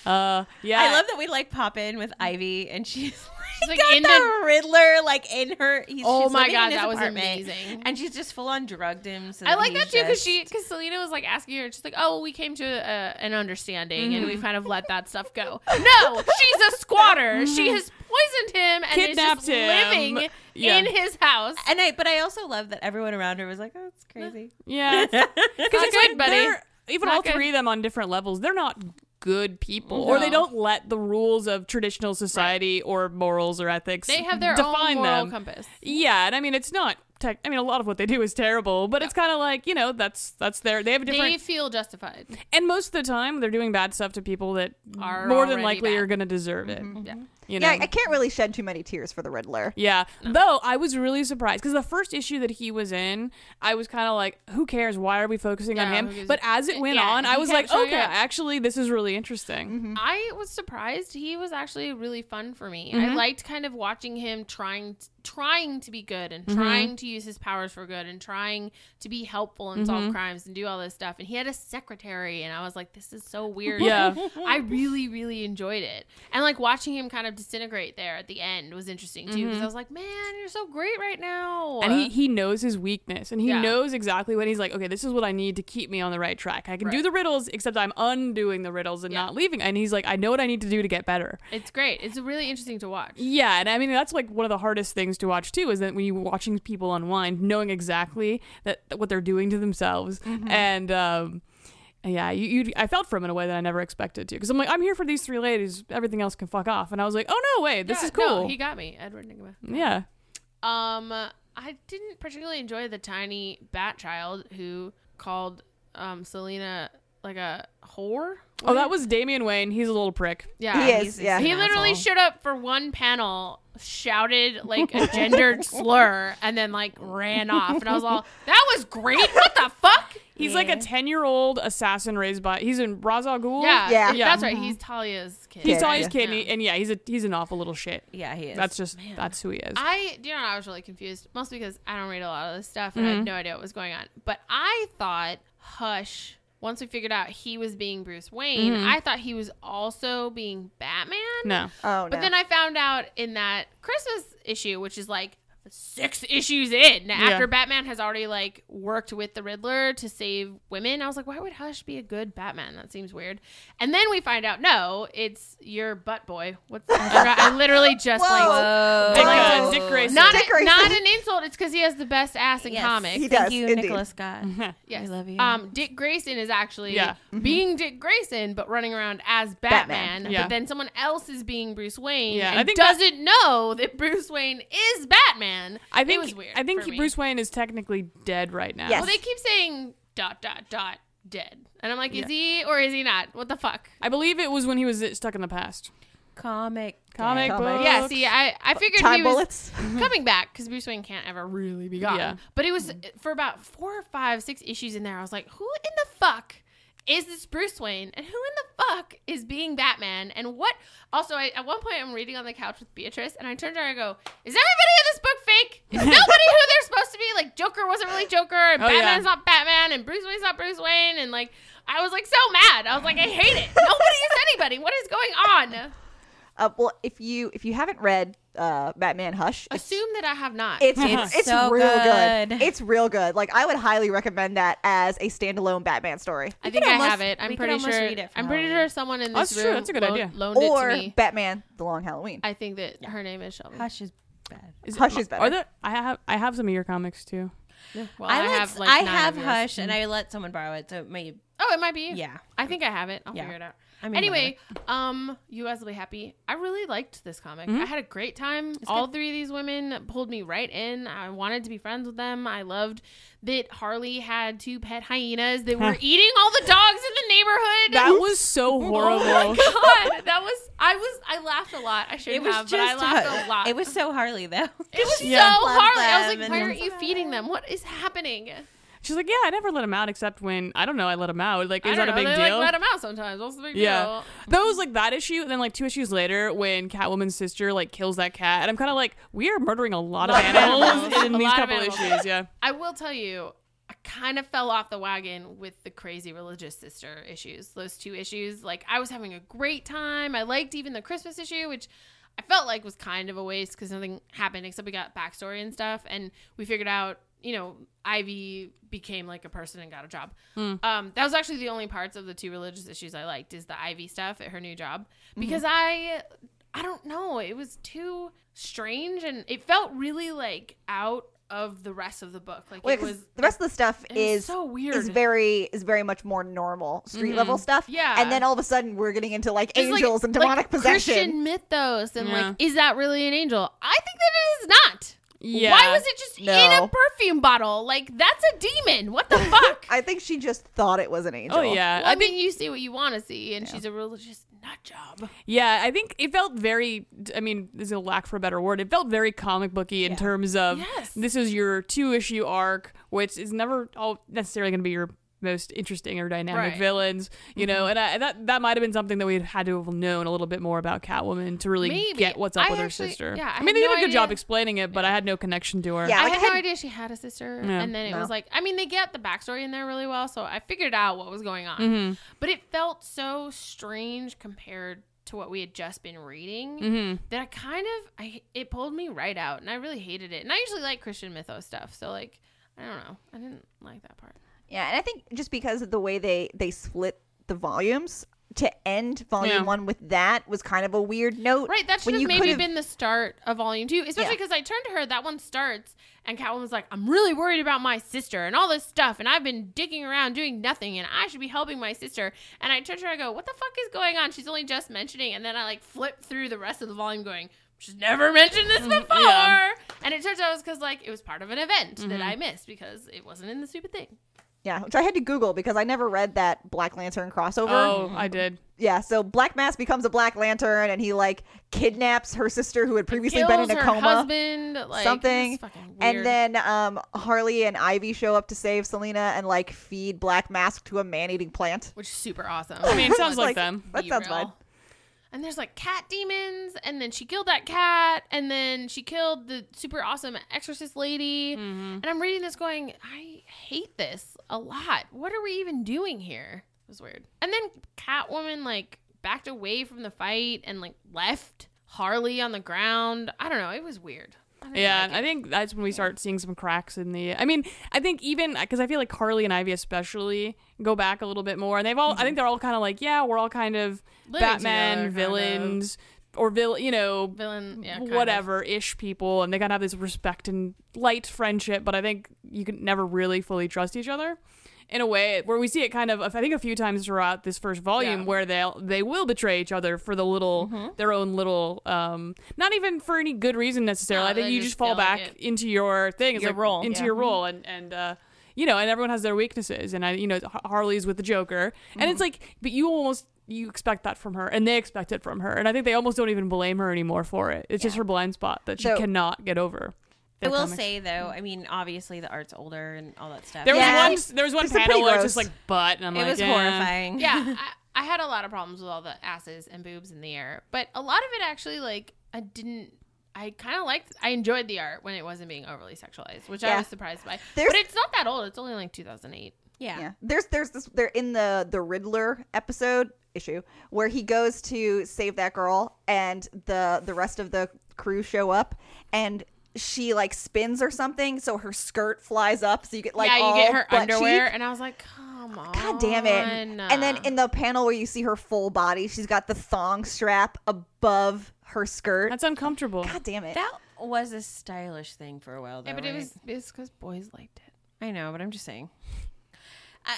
Speaker 2: Uh, yeah,
Speaker 5: I love that we like pop in with Ivy and she's, *laughs*
Speaker 4: like,
Speaker 5: like got
Speaker 4: in
Speaker 5: the,
Speaker 4: the-
Speaker 5: Riddler like in her. He's,
Speaker 4: Oh
Speaker 5: she's
Speaker 4: my
Speaker 5: living in
Speaker 4: God,
Speaker 5: his
Speaker 4: that was
Speaker 5: apartment,
Speaker 4: amazing.
Speaker 5: And she's just full on drugged him. So
Speaker 4: I like that
Speaker 5: he's
Speaker 4: too because
Speaker 5: just-
Speaker 4: she because Selena was like asking her, she's like, "Oh, we came to uh, an understanding and we kind of let that stuff go." No, she's a squatter. She has poisoned him and
Speaker 2: Kidnapped
Speaker 4: is just
Speaker 2: him.
Speaker 4: living
Speaker 2: Yeah.
Speaker 4: in his house.
Speaker 5: And I, but I also love that everyone around her was like, "Oh, it's crazy."
Speaker 2: *laughs* yeah, because it's
Speaker 4: good,
Speaker 2: like
Speaker 4: buddy.
Speaker 2: they're- even
Speaker 4: Not
Speaker 2: all
Speaker 4: good.
Speaker 2: three of them on different levels, they're not good people, or they
Speaker 4: No.
Speaker 2: don't let the rules of traditional society or morals or ethics
Speaker 4: They have their own
Speaker 2: define
Speaker 4: moral
Speaker 2: them.
Speaker 4: compass.
Speaker 2: Yeah, and I mean it's not tech. I mean a lot of what they do is terrible, but it's kind of like you know that's that's their they have a different
Speaker 4: They feel justified.
Speaker 2: and most of the time they're doing bad stuff to people that
Speaker 4: Are
Speaker 2: more than
Speaker 4: already
Speaker 2: likely
Speaker 4: bad. Mm-hmm.
Speaker 2: are going to deserve it.
Speaker 4: Yeah.
Speaker 2: You know.
Speaker 3: yeah, I can't really shed too many tears for the Riddler.
Speaker 2: Yeah. Though I was really surprised because the first issue that he was in, I was kind of like, who cares? Why are we focusing on
Speaker 4: Yeah, who
Speaker 2: him?
Speaker 4: gives
Speaker 2: But
Speaker 4: a-
Speaker 2: as it went
Speaker 4: Yeah,
Speaker 2: on, I
Speaker 4: he
Speaker 2: was
Speaker 4: kept
Speaker 2: like,
Speaker 4: showing
Speaker 2: okay,
Speaker 4: up. Mm-hmm.
Speaker 2: actually, this is really interesting.
Speaker 4: I was surprised. He was actually really fun for me.
Speaker 2: Mm-hmm.
Speaker 4: I liked kind of watching him trying trying to be good and
Speaker 2: Mm-hmm.
Speaker 4: trying to use his powers for good and trying to be helpful and
Speaker 2: Mm-hmm.
Speaker 4: solve crimes and do all this stuff. And he had a secretary and I was like, this is so weird.
Speaker 2: Yeah.
Speaker 4: I really, really enjoyed it. And like watching him kind of disintegrate there at the end was interesting too because I was like, man, you're so great right now.
Speaker 2: Mm-hmm. And he, he knows his weakness and he
Speaker 4: Yeah.
Speaker 2: knows exactly when he's like, okay, this is what I need to keep me on the right track. I can do
Speaker 4: Right.
Speaker 2: the riddles, except I'm undoing the riddles and
Speaker 4: Yeah.
Speaker 2: not leaving. And he's like, I know what I need to do to get better.
Speaker 4: it's great. It's really interesting to watch.
Speaker 2: Yeah, and I mean that's like one of the hardest things to watch too is that when you're watching people unwind, knowing exactly that, that what they're doing to themselves,
Speaker 4: Mm-hmm.
Speaker 2: and um, yeah, you, you I felt for him in a way that I never expected to because I'm like I'm here for these three ladies, everything else can fuck off, and I was like, oh no, wait, this
Speaker 4: Yeah,
Speaker 2: is cool.
Speaker 4: No, he got me. Edward Nigma.
Speaker 2: yeah,
Speaker 4: Um, I didn't particularly enjoy the tiny bat child who called um Selena like a whore.
Speaker 2: oh that was Damian Wayne. He's a little prick.
Speaker 4: Yeah,
Speaker 3: he is, yeah.
Speaker 4: He literally showed up for one panel, shouted like a
Speaker 3: *laughs*
Speaker 4: gendered slur, and then like ran off. And I was all, "That was great! What the
Speaker 3: *laughs*
Speaker 4: fuck?"
Speaker 2: He's like a ten year old assassin raised by. He's in Ra's al Ghul.
Speaker 4: Yeah,
Speaker 3: Yeah.
Speaker 4: yeah, that's right. He's Talia's kid.
Speaker 2: he's
Speaker 3: Yeah,
Speaker 2: Talia's
Speaker 3: yeah.
Speaker 2: kid, and, he- and yeah, he's a he's an awful little shit.
Speaker 5: Yeah, he is.
Speaker 2: That's just that's who he is.
Speaker 4: I, do you know, I was really confused, mostly because I don't read a lot of this stuff and I had no idea what was going on. But I thought Hush, once we figured out he was being Bruce Wayne, I thought he was also being Batman.
Speaker 2: no.
Speaker 3: Oh no!
Speaker 4: But then I found out in that Christmas issue, which is like six issues in after Batman has already like worked with the Riddler to save women. I was like, why would Hush be a good Batman? That seems weird. And then we find out, no, it's your butt boy. What's I, forgot- I literally just
Speaker 3: *laughs* Whoa.
Speaker 4: like
Speaker 5: Whoa.
Speaker 2: Dick,
Speaker 3: Wow.
Speaker 2: uh, Dick Grayson.
Speaker 4: Oh. not,
Speaker 3: Dick
Speaker 4: a,
Speaker 3: Grayson.
Speaker 4: not an insult. It's because he has the best ass in
Speaker 5: Yes.
Speaker 4: comics.
Speaker 3: He
Speaker 5: Thank
Speaker 3: does,
Speaker 5: you,
Speaker 3: indeed.
Speaker 5: Nicholas Scott.
Speaker 4: *laughs* Yes.
Speaker 5: I love you.
Speaker 4: Um, Dick Grayson is actually
Speaker 2: Yeah. Mm-hmm.
Speaker 4: being Dick Grayson, but running around as Batman.
Speaker 3: Batman.
Speaker 2: Yeah.
Speaker 4: But then someone else is being Bruce Wayne.
Speaker 2: Yeah,
Speaker 4: and
Speaker 2: I think that-
Speaker 4: doesn't know that Bruce Wayne is Batman.
Speaker 2: I think
Speaker 4: it was weird.
Speaker 2: I think
Speaker 4: for me.
Speaker 2: Bruce Wayne is technically dead right now.
Speaker 3: Yes.
Speaker 4: Well, they keep saying dot dot dot dead, and I'm like, is he or is he not? What the fuck?
Speaker 2: I believe it was when he was stuck in the past.
Speaker 5: comic.
Speaker 2: Comic
Speaker 5: book.
Speaker 2: book.
Speaker 4: Yeah. See, I I figured
Speaker 3: time
Speaker 4: he
Speaker 2: *laughs*
Speaker 4: was
Speaker 3: bullets.
Speaker 4: coming back because Bruce Wayne can't ever really be gone.
Speaker 2: Yeah.
Speaker 4: But it was uh, for about four or five, six issues in there. I was like, who in the fuck is this Bruce Wayne, and who in the fuck is being Batman, and what? Also, I, at one point, I'm reading on the couch with Beatrice, and I turn to her and I go, "Is everybody in this book fake? *laughs* Is nobody who they're supposed to be? Like Joker wasn't really Joker, and
Speaker 2: Oh, yeah.
Speaker 4: Batman's not Batman, and Bruce Wayne's not Bruce Wayne, and like." I was like so mad. I was like, I hate it. Nobody is anybody. What is going on?
Speaker 3: Uh, well, if you if you haven't read uh, Batman Hush, it's
Speaker 4: *laughs* Assume that I have not.
Speaker 3: it's it's, it's
Speaker 5: so
Speaker 3: real good.
Speaker 5: good.
Speaker 3: It's real good. Like I would highly recommend that as a standalone Batman story.
Speaker 4: I think I
Speaker 5: could
Speaker 4: have
Speaker 5: almost-
Speaker 4: it. I'm
Speaker 5: we could
Speaker 4: pretty sure.
Speaker 5: almost read it for
Speaker 4: I'm pretty
Speaker 5: Halloween.
Speaker 4: sure someone in this
Speaker 2: That's
Speaker 4: room
Speaker 2: true. That's a good
Speaker 4: loan-
Speaker 2: idea.
Speaker 4: loaned
Speaker 3: Or
Speaker 4: it to me.
Speaker 3: Batman: The Long Halloween.
Speaker 4: I think that her name is Shelby.
Speaker 5: Hush is bad.
Speaker 2: Is
Speaker 3: Hush is better.
Speaker 2: Are there? I have I have
Speaker 4: *laughs*
Speaker 2: some of your comics too.
Speaker 4: Well,
Speaker 5: I,
Speaker 4: I,
Speaker 5: like,
Speaker 4: have like
Speaker 5: I
Speaker 4: nine
Speaker 5: have
Speaker 4: of yours. Mm.
Speaker 5: Hush, and I let someone borrow it, so it may
Speaker 4: Oh, it might be.
Speaker 5: Yeah.
Speaker 4: I think I have it. I'll
Speaker 5: Yeah.
Speaker 4: figure it out.
Speaker 5: I mean,
Speaker 4: anyway, um, you guys will be happy. I really liked this comic.
Speaker 2: Mm-hmm.
Speaker 4: I had a great time. All three of these women pulled me right in. I wanted to be friends with them. I loved that Harley had two pet hyenas
Speaker 2: *laughs*
Speaker 4: that were eating all the dogs in the neighborhood. *laughs*
Speaker 2: That was so horrible.
Speaker 4: Oh God, that was I was I laughed a lot. I shouldn't have, but I laughed a lot.
Speaker 5: It was so Harley
Speaker 4: *laughs*
Speaker 5: though.
Speaker 4: it was
Speaker 2: Yeah.
Speaker 4: so
Speaker 5: loved
Speaker 4: Harley. I was like,
Speaker 5: them and
Speaker 4: why
Speaker 5: it
Speaker 4: aren't you feeding them? What is happening?
Speaker 2: She's like, yeah, I never let him out except when I don't know. I let him out. Like,
Speaker 4: I
Speaker 2: is
Speaker 4: don't
Speaker 2: that a
Speaker 4: know.
Speaker 2: big
Speaker 4: they
Speaker 2: deal?
Speaker 4: like let them out sometimes. What's the big
Speaker 2: yeah,
Speaker 4: deal?
Speaker 2: that was like that issue. And then like two issues later, when Catwoman's sister like kills that cat, and I'm kind of like, we are murdering a lot of
Speaker 4: Lot of
Speaker 2: animals
Speaker 4: animals.
Speaker 2: in
Speaker 4: A
Speaker 2: these
Speaker 4: lot of
Speaker 2: couple
Speaker 4: animals.
Speaker 2: issues. Yeah,
Speaker 4: I will tell you, I kind of fell off the wagon with the crazy religious sister issues. Those two issues, like I was having a great time. I liked even the Christmas issue, which I felt like was kind of a waste because nothing happened except we got backstory and stuff, and we figured out. You know, Ivy became like a person and got a job. Um, that was actually the only parts of the two religious issues I liked is the Ivy stuff at her new job
Speaker 3: Mm-hmm.
Speaker 4: because I I don't know. It was too strange, and it felt really like out of the rest of the book. Like
Speaker 3: Wait,
Speaker 4: it
Speaker 3: 'cause
Speaker 4: was
Speaker 3: the rest of the stuff
Speaker 4: it was
Speaker 3: is
Speaker 4: so weird. Mm-hmm.
Speaker 3: Is very is very much more normal street level stuff.
Speaker 4: Yeah.
Speaker 3: and then all of a sudden we're getting into like
Speaker 4: It's like-
Speaker 3: angels and demonic
Speaker 4: like
Speaker 3: possession.
Speaker 4: Christian mythos, and
Speaker 2: Yeah.
Speaker 4: like, is that really an angel? I think that it is not.
Speaker 2: yeah.
Speaker 4: Why was it just in
Speaker 3: No.
Speaker 4: a perfume bottle? Like that's a demon.
Speaker 3: *laughs*
Speaker 4: What the fuck?
Speaker 3: I think she just thought it was an angel.
Speaker 2: Oh yeah,
Speaker 4: Well, I, mean, you see what you want to see, and she's a religious nut job.
Speaker 2: Yeah, I think it felt very. I mean, there's a lack for a better word. It felt very comic booky in terms of
Speaker 4: Yes.
Speaker 2: this is your two issue arc, which is never all necessarily going to be your most interesting or dynamic
Speaker 4: Right. Mm-hmm.
Speaker 2: villains, you know. And, I, and that that might have been something that we had to have known a little bit more about Catwoman to really
Speaker 4: Maybe.
Speaker 2: get what's up
Speaker 4: I
Speaker 2: with
Speaker 4: actually-
Speaker 2: her sister.
Speaker 4: yeah, I
Speaker 2: I,
Speaker 4: had
Speaker 2: mean, they
Speaker 4: no
Speaker 2: did a good
Speaker 4: idea.
Speaker 2: job explaining it, but I had no connection to her.
Speaker 3: Yeah,
Speaker 4: I
Speaker 3: like,
Speaker 4: had
Speaker 3: I
Speaker 4: no
Speaker 3: had-
Speaker 4: idea she had a sister,
Speaker 2: Yeah.
Speaker 4: and then it
Speaker 3: No.
Speaker 4: was like, I mean, they get the backstory in there really well, so I figured out what was going on.
Speaker 3: Mm-hmm.
Speaker 4: But it felt so strange compared to what we had just been reading
Speaker 3: Mm-hmm.
Speaker 4: that I kind of, I it pulled me right out, and I really hated it. And I usually like Christian mythos stuff, so like, I don't know, I didn't like that part.
Speaker 3: Yeah, and I think just because of the way they they split the volumes to end volume
Speaker 2: Yeah.
Speaker 3: one with that was kind of a weird note.
Speaker 4: Right, that should
Speaker 3: when
Speaker 4: have
Speaker 3: you
Speaker 4: maybe
Speaker 3: could've-
Speaker 4: been the start of volume two, especially
Speaker 3: Yeah.
Speaker 4: because I turned to her. That one starts, and Catwoman was like, "I'm really worried about my sister and all this stuff, and I've been digging around doing nothing, and I should be helping my sister." And I turned to her, I go, "What the fuck is going on?" She's only just mentioning, and then I like flip through the rest of the volume, going, "She's never
Speaker 3: *laughs*
Speaker 4: mentioned this before."
Speaker 2: yeah.
Speaker 4: And it turns out it was because like it was part of an event
Speaker 3: Mm-hmm.
Speaker 4: that I missed because it wasn't in the stupid thing.
Speaker 3: Yeah, which I had to Google because I never read that Black Lantern crossover.
Speaker 2: Oh,
Speaker 4: Um,
Speaker 2: I did.
Speaker 3: Yeah, so Black Mass becomes a Black Lantern and he like kidnaps her sister who had previously been
Speaker 4: Kills
Speaker 3: in a
Speaker 4: her
Speaker 3: coma.
Speaker 4: husband, like,
Speaker 3: something
Speaker 4: it's fucking weird.
Speaker 3: and then um harley and ivy show up to save selena and like feed black mask to a man-eating plant
Speaker 4: which is super awesome.
Speaker 2: I
Speaker 4: *laughs*
Speaker 2: mean, it sounds like, them.
Speaker 3: that
Speaker 4: be
Speaker 3: sounds
Speaker 4: real.
Speaker 3: fine
Speaker 4: And there's like cat demons, and then she killed that cat, and then she killed the super awesome exorcist lady.
Speaker 2: Mm-hmm.
Speaker 4: And I'm reading this going, I hate this a lot. What are we even doing here? It was weird. And then Catwoman like backed away from the fight and like left Harley on the ground. I don't know. It was weird. I didn't
Speaker 2: Yeah,
Speaker 4: like
Speaker 2: I think that's when we start seeing some cracks in the. I mean, I think even because I feel like Harley and Ivy especially go back a little bit more, and they've all.
Speaker 4: Mm-hmm.
Speaker 2: I think they're all kind of like, yeah, we're all kind of
Speaker 4: Living
Speaker 2: Batman
Speaker 4: together, kind
Speaker 2: villains or vill, you know,
Speaker 4: it. villain. Yeah, kind of.
Speaker 2: whatever ish people, and they kind of have this respect and light friendship, but I think you can never really fully trust each other. In a way, where we see it kind of, I think, a few times throughout this first volume,
Speaker 4: Yeah. Mm-hmm.
Speaker 2: where they will they will betray each other for the little, their own little, um, not even for any good reason necessarily.
Speaker 4: No,
Speaker 2: I think
Speaker 4: they
Speaker 2: you
Speaker 4: just
Speaker 2: just fall
Speaker 4: feel like
Speaker 2: back
Speaker 4: it.
Speaker 2: into your thing, It's
Speaker 5: Your
Speaker 2: like,
Speaker 5: role,
Speaker 2: into
Speaker 5: yeah.
Speaker 2: your role, and and uh, you know, and everyone has their weaknesses, and I, you know, Har- Harley's with the Joker, and
Speaker 5: Mm-hmm.
Speaker 2: it's like, but you almost you expect that from her and they expect it from her and i think they almost don't even blame her anymore for it it's just her blind spot that she
Speaker 3: So-
Speaker 2: cannot get over
Speaker 5: I
Speaker 2: They're
Speaker 5: will
Speaker 2: comics.
Speaker 5: say though, I mean, obviously the art's older and all that stuff.
Speaker 2: there
Speaker 3: Yeah.
Speaker 2: was one there was one
Speaker 3: There's some
Speaker 2: panel
Speaker 3: pretty
Speaker 2: where it's just
Speaker 3: gross-
Speaker 2: like butt and i'm
Speaker 5: it
Speaker 2: like
Speaker 5: was
Speaker 2: yeah.
Speaker 3: *laughs*
Speaker 5: horrifying.
Speaker 4: yeah, I, I had a lot of problems with all the asses and boobs in the air, but a lot of it actually, like, I didn't. I kind of liked. I enjoyed the art when it wasn't being overly sexualized, which I
Speaker 3: Yeah.
Speaker 4: was surprised by.
Speaker 3: There's-
Speaker 4: but it's not that old. It's only like 2008.
Speaker 5: yeah.
Speaker 3: yeah there's there's this they're in the the riddler episode issue where he goes to save that girl and the the rest of the crew show up and she like spins or something so her skirt flies up so you get like
Speaker 4: yeah, you
Speaker 3: all
Speaker 4: get her
Speaker 3: butt
Speaker 4: underwear,
Speaker 3: cheek.
Speaker 4: and I was like, come on,
Speaker 3: God damn it. And then in the panel where you see her full body, she's got the thong strap above her skirt.
Speaker 2: that's uncomfortable
Speaker 3: God damn it.
Speaker 5: That was a stylish thing for a while though.
Speaker 4: yeah, but it
Speaker 5: right?
Speaker 4: was it's because boys liked it.
Speaker 5: I know, but I'm just saying. I- I-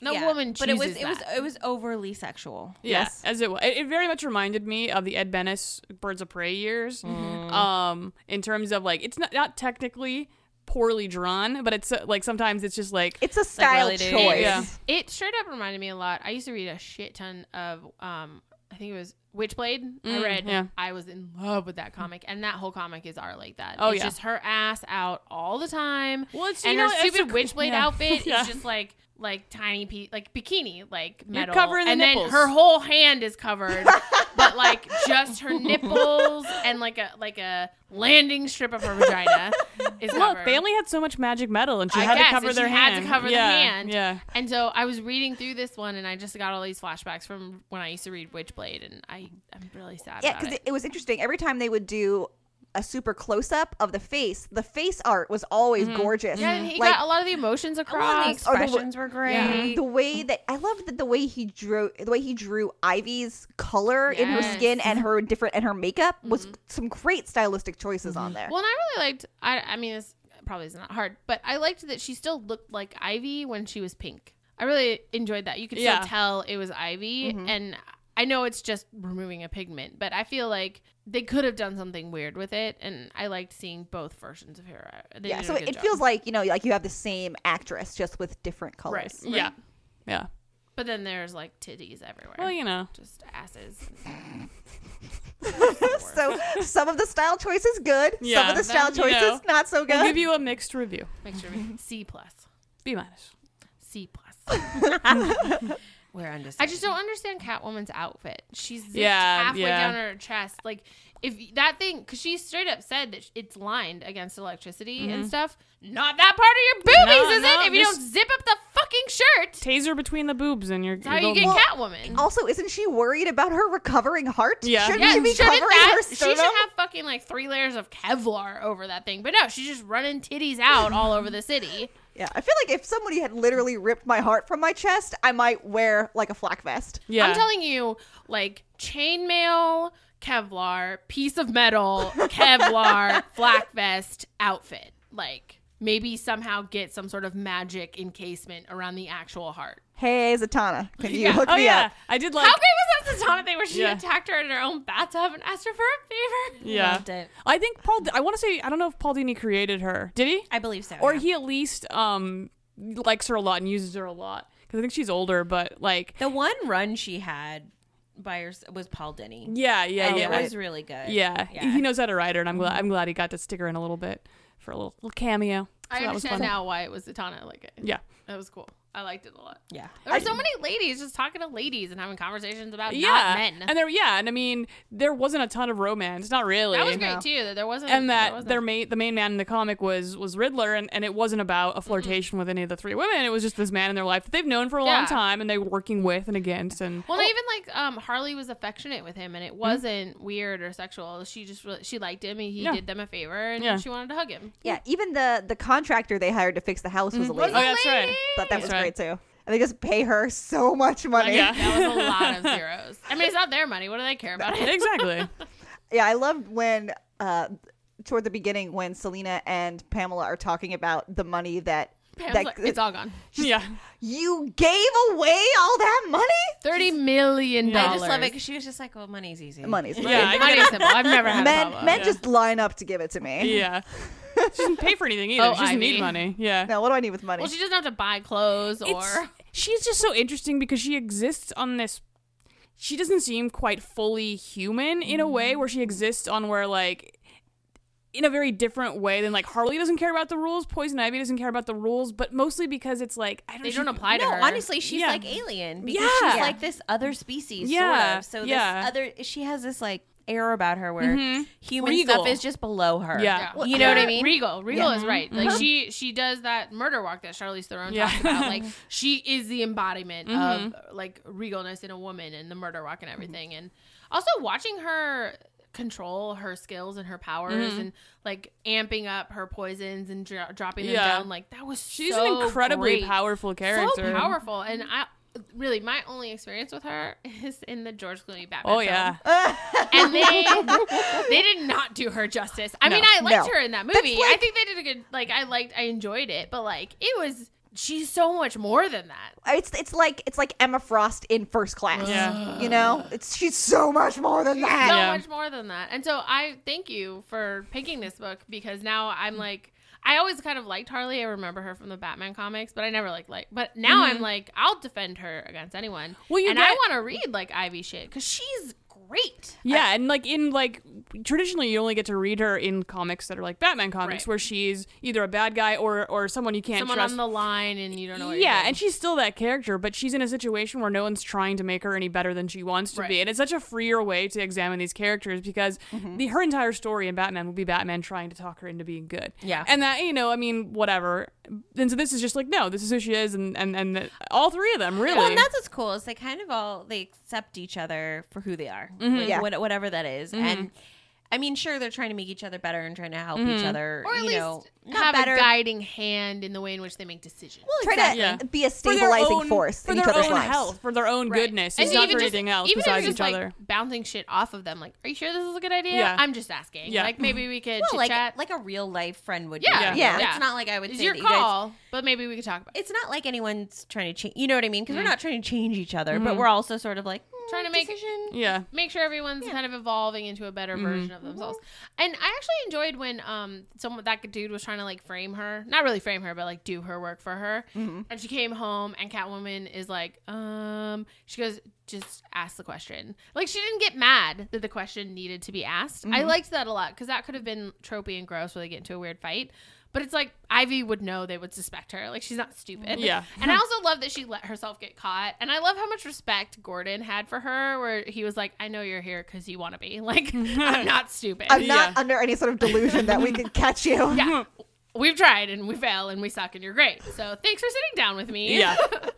Speaker 4: No
Speaker 5: yeah.
Speaker 4: woman
Speaker 5: But it was
Speaker 4: chooses
Speaker 5: it was
Speaker 4: that.
Speaker 5: it was overly sexual.
Speaker 2: Yeah,
Speaker 3: Yes.
Speaker 2: as it was. It, it very much reminded me of the Ed Bennis Birds of Prey years.
Speaker 5: Mm-hmm.
Speaker 2: Um, in terms of like, it's not not technically poorly drawn, but it's uh, like sometimes it's just like
Speaker 3: It's a style
Speaker 5: really do.
Speaker 3: choice.
Speaker 2: Yeah.
Speaker 4: It straight up reminded me a lot. I used to read a shit ton of um I think it was Witchblade.
Speaker 2: Mm,
Speaker 4: I read
Speaker 2: yeah.
Speaker 4: I was in love with that comic and that whole comic is art like that.
Speaker 2: Oh,
Speaker 4: it's
Speaker 2: yeah.
Speaker 4: just her ass out all the time.
Speaker 2: Well, it's-
Speaker 4: and
Speaker 2: you
Speaker 4: her
Speaker 2: know, it's
Speaker 4: stupid
Speaker 2: a-
Speaker 4: Witchblade
Speaker 2: yeah. *laughs*
Speaker 4: outfit
Speaker 2: Yeah.
Speaker 4: is just like like tiny piece like bikini like
Speaker 2: You're
Speaker 4: metal
Speaker 2: covering the
Speaker 4: and
Speaker 2: nipples.
Speaker 4: then her whole hand
Speaker 2: *laughs*
Speaker 4: is covered but like just her nipples and like a like a landing strip of her vagina is
Speaker 2: look,
Speaker 4: covered.
Speaker 2: they only had so much magic metal, and she
Speaker 4: I
Speaker 2: had
Speaker 4: guess,
Speaker 2: to cover
Speaker 4: and
Speaker 2: their
Speaker 4: she
Speaker 2: hand.
Speaker 4: had to cover the
Speaker 2: yeah,
Speaker 4: hand.
Speaker 2: Yeah.
Speaker 4: And so I was reading through this one, and I just got all these flashbacks from when I used to read Witchblade, and I I'm really sad
Speaker 3: Yeah,
Speaker 4: about
Speaker 3: because
Speaker 4: it.
Speaker 3: it. it was interesting. Every time they would do a super close up of the face, the face art was always gorgeous.
Speaker 4: Mm-hmm. yeah, and he
Speaker 3: Like,
Speaker 4: got Mm-hmm. a lot of the emotions
Speaker 5: All the
Speaker 4: across.
Speaker 3: or the-
Speaker 5: expressions were great.
Speaker 3: the way that I loved that the way he drew the way he drew Ivy's color in her
Speaker 4: Yes. Mm-hmm.
Speaker 3: skin and her different and her makeup was some great stylistic choices on there.
Speaker 4: Well, and I really liked. I I mean, this probably is not hard, but I liked that she still looked like Ivy when she was pink. I really enjoyed that. You could
Speaker 2: Yeah.
Speaker 4: still tell it was Ivy,
Speaker 3: Mm-hmm.
Speaker 4: and I know it's just removing a pigment, but I feel like they could have done something weird with it, and I liked seeing both versions of her. They
Speaker 3: yeah,
Speaker 4: did a
Speaker 3: so
Speaker 4: good
Speaker 3: it, it
Speaker 4: job.
Speaker 3: feels like you know, like you have the same actress just with different colors.
Speaker 4: Right.
Speaker 2: Yeah. Yeah.
Speaker 4: But then there's like titties everywhere.
Speaker 2: Well, you know.
Speaker 4: just asses.
Speaker 3: So *laughs* some of the style choices good, some
Speaker 2: Yeah,
Speaker 3: of the style
Speaker 2: then, you
Speaker 3: choices
Speaker 2: know,
Speaker 3: not so good.
Speaker 2: I'll give you a mixed review.
Speaker 4: Make sure
Speaker 2: *laughs*
Speaker 4: we C plus,
Speaker 2: B minus.
Speaker 4: C
Speaker 2: *laughs*
Speaker 4: plus.
Speaker 5: We're undecided.
Speaker 4: I just don't understand Catwoman's outfit. She's zipped
Speaker 2: Yeah,
Speaker 4: halfway
Speaker 2: yeah.
Speaker 4: down her chest. Like if that thing, because she straight up said that it's lined against electricity and stuff. Not that part of your boobies,
Speaker 2: Mm-hmm. No,
Speaker 4: is
Speaker 2: no,
Speaker 4: it? If you don't
Speaker 2: just-
Speaker 4: zip up the fucking shirt,
Speaker 2: Taser between the Oh, boobs and your.
Speaker 4: that's how you get Catwoman.
Speaker 3: also, isn't she worried about her recovering heart?
Speaker 2: Yeah.
Speaker 3: Shouldn't
Speaker 4: Yeah,
Speaker 3: she be
Speaker 4: shouldn't
Speaker 3: covering
Speaker 4: that?
Speaker 3: her
Speaker 4: She
Speaker 3: sternum?
Speaker 4: should have fucking like three layers of Kevlar over that thing. But no, she's just running titties out all over
Speaker 2: *laughs*
Speaker 4: the city.
Speaker 3: yeah, I feel like if somebody had literally ripped my heart from my chest, I might wear like a flak vest.
Speaker 2: Yeah.
Speaker 4: I'm telling you, like chainmail, Kevlar, piece
Speaker 2: *laughs*
Speaker 4: of metal, Kevlar, flak vest, outfit. Like maybe somehow get some sort of magic encasement around the actual heart.
Speaker 3: Hey, Zatanna, can you hook
Speaker 2: Oh
Speaker 3: me
Speaker 2: yeah,
Speaker 3: up?
Speaker 2: I did like.
Speaker 4: How great was that Zatanna thing where she
Speaker 2: Yeah.
Speaker 4: attacked her in her own bathtub and asked her for a favor?
Speaker 2: Yeah.
Speaker 5: Loved it.
Speaker 2: I think Paul. I want to say I don't know if Paul Dini created her. Did he?
Speaker 5: I believe so.
Speaker 2: or
Speaker 5: yeah.
Speaker 2: he at least um likes her a lot and uses her a lot because I think she's older, but like
Speaker 5: the one run she had by her was Paul Denny.
Speaker 2: yeah, yeah,
Speaker 5: And
Speaker 2: yeah,
Speaker 5: it was really good.
Speaker 2: yeah, He knows how to ride her, and I'm glad I'm glad he got to stick her in a little bit for a little, little cameo. So
Speaker 4: I
Speaker 2: that was
Speaker 4: understand
Speaker 2: fun.
Speaker 4: now why it was Zatanna. Like it.
Speaker 2: Yeah,
Speaker 4: That was cool. I liked it a lot.
Speaker 5: Yeah.
Speaker 4: There were so many ladies just talking to ladies and having conversations about
Speaker 2: yeah,
Speaker 4: not men.
Speaker 2: and there yeah, and I mean there wasn't a ton of romance, not really.
Speaker 4: that was great too. That there wasn't
Speaker 2: and
Speaker 4: there
Speaker 2: that
Speaker 4: wasn't-
Speaker 2: their main the main man in the comic was was Riddler and, and it wasn't about a flirtation with any of the three women it was just this man in their life that they've known for a long
Speaker 4: Yeah.
Speaker 2: time and they were working with and against and
Speaker 4: Well, not even like um, Harley was affectionate with him, and
Speaker 2: Mm-hmm.
Speaker 4: it wasn't weird or sexual. She just really, she liked him, and he
Speaker 2: Yeah.
Speaker 4: did them a favor, and
Speaker 2: Yeah.
Speaker 4: she wanted to hug him.
Speaker 3: Yeah, even the the contractor they hired to fix the house was a lady.
Speaker 2: oh yeah, that's right
Speaker 3: Thought that
Speaker 2: That's
Speaker 3: was
Speaker 2: right.
Speaker 3: great too. And they just pay her so much money.
Speaker 2: Yeah.
Speaker 4: That was a
Speaker 2: *laughs*
Speaker 4: lot of zeros. I mean, it's not their money. What do they care about it? *laughs*
Speaker 2: exactly
Speaker 3: Yeah, I loved when uh toward the beginning when Selena and Pamela are talking about the money that
Speaker 4: Pam's
Speaker 3: that
Speaker 4: like, it's all gone.
Speaker 2: yeah
Speaker 3: you gave away all that money.
Speaker 4: Thirty million
Speaker 5: I
Speaker 4: dollars.
Speaker 5: just love it because she was just like, well, money's easy.
Speaker 3: Money's money.
Speaker 2: yeah I
Speaker 4: Money
Speaker 2: get
Speaker 4: is simple. I've never had a
Speaker 3: Men,
Speaker 4: problem.
Speaker 3: men just line up to give it to me.
Speaker 4: *laughs*
Speaker 2: Yeah. She doesn't pay for anything either.
Speaker 4: Oh,
Speaker 2: she doesn't
Speaker 4: Ivy.
Speaker 2: need money. Yeah.
Speaker 3: Now what do I need with money?
Speaker 4: Well, she doesn't have to buy clothes or.
Speaker 2: It's- *laughs* she's just so interesting because she exists on this she doesn't seem quite fully human in a
Speaker 4: Mm.
Speaker 2: way where she exists on where like in a very different way than like Harley doesn't care about the rules, Poison Ivy doesn't care about the rules, but mostly because it's like I don't
Speaker 4: They
Speaker 2: she-
Speaker 4: don't apply to
Speaker 5: No,
Speaker 4: her.
Speaker 5: honestly, she's
Speaker 2: Yeah.
Speaker 5: like alien because
Speaker 2: Yeah.
Speaker 5: she's like this other species.
Speaker 2: Yeah.
Speaker 5: Sort of. So this
Speaker 2: Yeah. Mm-hmm.
Speaker 5: other, she has this like air about her where human
Speaker 2: Regal.
Speaker 5: stuff is just below her.
Speaker 2: Yeah.
Speaker 4: Yeah.
Speaker 5: You know what I
Speaker 4: Yeah.
Speaker 5: mean?
Speaker 4: uh,
Speaker 5: Mm-hmm.
Speaker 4: Regal, Regal is right. Like she she does that murder walk that Charlize Theron
Speaker 2: Yeah. Mm-hmm.
Speaker 4: talks about.
Speaker 5: *laughs*
Speaker 4: Like she is the embodiment of like regalness in a woman and the murder walk and everything. And also watching her control her skills and her powers
Speaker 2: Mm-hmm.
Speaker 4: and like amping up her poisons and dro- dropping them
Speaker 2: Yeah.
Speaker 4: down. Like that was
Speaker 2: She's
Speaker 4: so
Speaker 2: an incredibly
Speaker 4: great.
Speaker 2: powerful character.
Speaker 4: So powerful. And I really my only experience with her *laughs* is in the George Clooney Batman.
Speaker 2: Oh
Speaker 4: film
Speaker 2: yeah. *laughs*
Speaker 4: and they they did not do her justice. I mean, I liked
Speaker 3: No.
Speaker 4: her in that movie. I think they did a good. Like, I liked, I enjoyed it, but like, it was she's so much more than that.
Speaker 3: It's it's like it's like Emma Frost in First Class.
Speaker 2: Yeah.
Speaker 3: You know, it's she's so much more than that.
Speaker 4: So
Speaker 2: Yeah.
Speaker 4: much more than that. And so I thank you for picking this book because now I'm like I always kind of liked Harley. I remember her from the Batman comics, but I never like like. But now I'm like I'll defend her against anyone.
Speaker 2: Mm-hmm. Well, you
Speaker 4: and I
Speaker 2: get-
Speaker 4: want to read like Ivy shit because she's great.
Speaker 2: Yeah, and like in like traditionally, you only get to read her in comics that are like Batman comics,
Speaker 4: Right.
Speaker 2: where she's either a bad guy or or someone you can't
Speaker 4: Someone
Speaker 2: trust.
Speaker 4: on the line and you don't know. What
Speaker 2: yeah,
Speaker 4: you're
Speaker 2: and she's still that character, but she's in a situation where no one's trying to make her any better than she wants to
Speaker 4: Right. Mm-hmm.
Speaker 2: be, and it's such a freer way to examine these characters because the her entire story in Batman would be Batman trying to talk her into being good.
Speaker 5: Yeah.
Speaker 2: and that you know, I mean, whatever. And so this is just like no, this is who she is, and and and the, all three of them really.
Speaker 5: Well, and that's what's cool is they kind of all they accept each other for who they are,
Speaker 2: Mm-hmm.
Speaker 5: like,
Speaker 3: Yeah.
Speaker 5: what- whatever that is. and. I mean, sure, they're trying to make each other better and trying to help
Speaker 2: Mm-hmm.
Speaker 5: each other,
Speaker 4: or at
Speaker 5: you
Speaker 4: least
Speaker 5: know, not
Speaker 4: have
Speaker 5: better,
Speaker 4: a guiding hand in the way in which they make decisions.
Speaker 3: Try to
Speaker 2: Exactly.
Speaker 3: be a
Speaker 2: for their
Speaker 3: stabilizing
Speaker 2: own-
Speaker 3: force
Speaker 2: for
Speaker 3: in
Speaker 2: their
Speaker 3: each other's
Speaker 2: own
Speaker 3: lives.
Speaker 2: health, for their own goodness. It's
Speaker 4: And
Speaker 2: not
Speaker 4: even
Speaker 2: for
Speaker 4: just-
Speaker 2: anything else
Speaker 4: even if
Speaker 2: besides
Speaker 4: it's
Speaker 2: each
Speaker 4: just, like,
Speaker 2: other.
Speaker 4: Bouncing shit off of them, like, are you sure this is a good idea?
Speaker 2: Yeah.
Speaker 4: I'm just asking.
Speaker 2: Yeah.
Speaker 4: Like, maybe we could
Speaker 5: well, like
Speaker 4: chat.
Speaker 5: like a real life friend would.
Speaker 4: Yeah.
Speaker 5: do.
Speaker 3: Yeah.
Speaker 5: It's
Speaker 4: Yeah.
Speaker 5: not like I would
Speaker 4: it's
Speaker 5: say
Speaker 4: your
Speaker 5: that you guys-
Speaker 4: call, but maybe we could talk about it.
Speaker 5: it's not like anyone's trying to change. You know what I mean?
Speaker 4: Mm.
Speaker 5: Because we're not trying to change each other,
Speaker 4: Mm-hmm.
Speaker 5: but we're also sort of like mm,
Speaker 4: Trying to make-
Speaker 5: decision.
Speaker 4: *laughs*
Speaker 2: yeah.
Speaker 4: Make sure everyone's kind of evolving into a better version of themselves. And I actually enjoyed when um someone that dude was trying to like frame her, not really frame her, but like do her work for her. And she came home, and Catwoman is like, um, she goes, just ask the question. Like she didn't get mad that the question needed to be asked. I liked that a lot because that could have been tropey and gross where they get into a weird fight. But it's like Ivy would know they would suspect her. Like she's not stupid.
Speaker 2: Yeah.
Speaker 4: And I also love that she let herself get caught. And I love how much respect Gordon had for her, where he was like, I know you're here because you want to be. *laughs*
Speaker 2: *laughs*
Speaker 4: Like, I'm not stupid.
Speaker 3: I'm not
Speaker 2: Yeah.
Speaker 3: under any sort of delusion that we could
Speaker 2: *laughs*
Speaker 3: catch you.
Speaker 4: yeah. We've tried and we fail and we suck and you're great. So thanks for sitting down with me.
Speaker 2: Yeah.
Speaker 4: I thought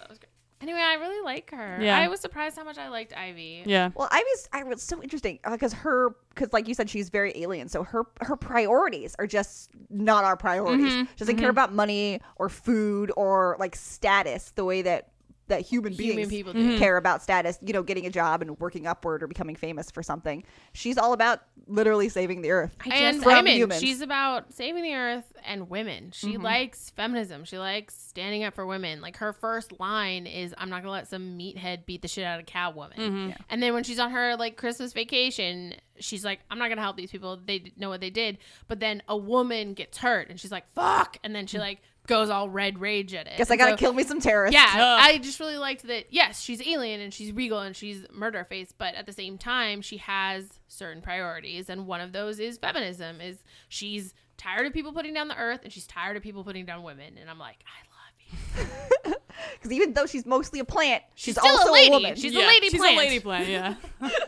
Speaker 4: that was great. Anyway, I really like her.
Speaker 2: Yeah.
Speaker 4: I was surprised how much I liked Ivy.
Speaker 2: Yeah.
Speaker 3: Well, I was I was so interesting because her because like you said she's very alien, so her her priorities are just not our priorities.
Speaker 4: Mm-hmm,
Speaker 3: She doesn't care about money or food or like status the way that that human
Speaker 4: Human
Speaker 3: beings
Speaker 4: people do. Mm-hmm.
Speaker 3: care about status. You know, getting a job and working upward or becoming famous for something. She's all about literally saving the earth.
Speaker 4: and
Speaker 3: from
Speaker 4: women.
Speaker 3: humans.
Speaker 4: She's about saving the earth and women. She
Speaker 3: Mm-hmm.
Speaker 4: likes feminism. She likes standing up for women. Like her first line is, "I'm not gonna let some meathead beat the shit out of Catwoman."
Speaker 3: Mm-hmm.
Speaker 4: And then when she's on her like Christmas vacation, she's like, "I'm not gonna help these people. They d- know what they did." But then a woman gets hurt, and she's like, "Fuck!" And then she like goes all red rage at it.
Speaker 3: Mm. Guess I
Speaker 4: And
Speaker 3: gotta
Speaker 4: so-
Speaker 3: kill me some terrorists.
Speaker 4: yeah,
Speaker 2: Ugh.
Speaker 4: I just really liked that. Yes, she's alien and she's regal and she's murder face, but at the same time, she has certain priorities, and one of those is feminism. Is she's tired of people putting down the earth and she's tired of people putting down women, and I'm like, I love you.
Speaker 3: because even though she's mostly a plant, she's,
Speaker 4: still a
Speaker 3: also
Speaker 4: lady.
Speaker 3: woman.
Speaker 4: She's
Speaker 2: yeah.
Speaker 4: a lady
Speaker 2: She's
Speaker 4: plant.
Speaker 2: a lady plant,
Speaker 4: *laughs*
Speaker 2: yeah.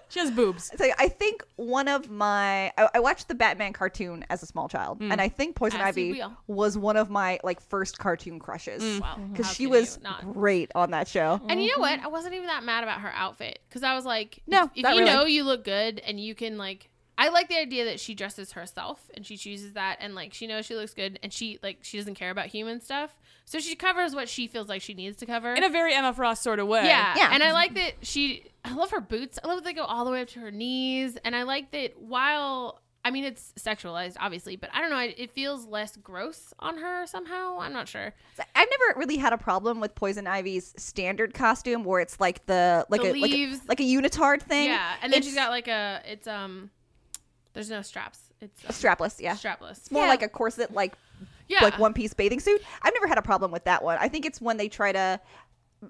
Speaker 2: she has boobs.
Speaker 3: So I think one of my I, I watched the Batman cartoon as a small child, and I think Poison
Speaker 4: Mm. As did we
Speaker 3: Ivy
Speaker 4: all.
Speaker 3: was one of my like first cartoon crushes
Speaker 4: Mm. Wow,
Speaker 3: because
Speaker 4: how
Speaker 3: she
Speaker 4: can
Speaker 3: was
Speaker 4: you not? Mm.
Speaker 3: great on that show.
Speaker 4: And you know what? I wasn't even that mad about her outfit because I was like,
Speaker 3: Mm-hmm. No,
Speaker 4: if, if you
Speaker 3: not really.
Speaker 4: know you look good and you can like, I like the idea that she dresses herself and she chooses that and like she knows she looks good and she like she doesn't care about human stuff, so she covers what she feels like she needs to cover.
Speaker 2: In a very Emma Frost sort of way.
Speaker 4: yeah,
Speaker 3: Yeah.
Speaker 4: and I like that she. I love her boots. I love that they go all the way up to her knees, and I like that while. I mean, it's sexualized, obviously, but I don't know. It it feels less gross on her somehow. I'm not sure.
Speaker 3: So I've never really had a problem with Poison Ivy's standard costume where it's like the like
Speaker 4: The
Speaker 3: a, like a
Speaker 4: leaves.
Speaker 3: like a unitard thing.
Speaker 4: Yeah, and then
Speaker 3: It's
Speaker 4: she's got like a. It's um. There's no straps. It's um,
Speaker 3: strapless. Yeah,
Speaker 4: strapless.
Speaker 3: it's more
Speaker 4: yeah.
Speaker 3: like a corset like
Speaker 4: yeah.
Speaker 3: like one piece bathing suit. I've never had a problem with that one. I think it's when they try to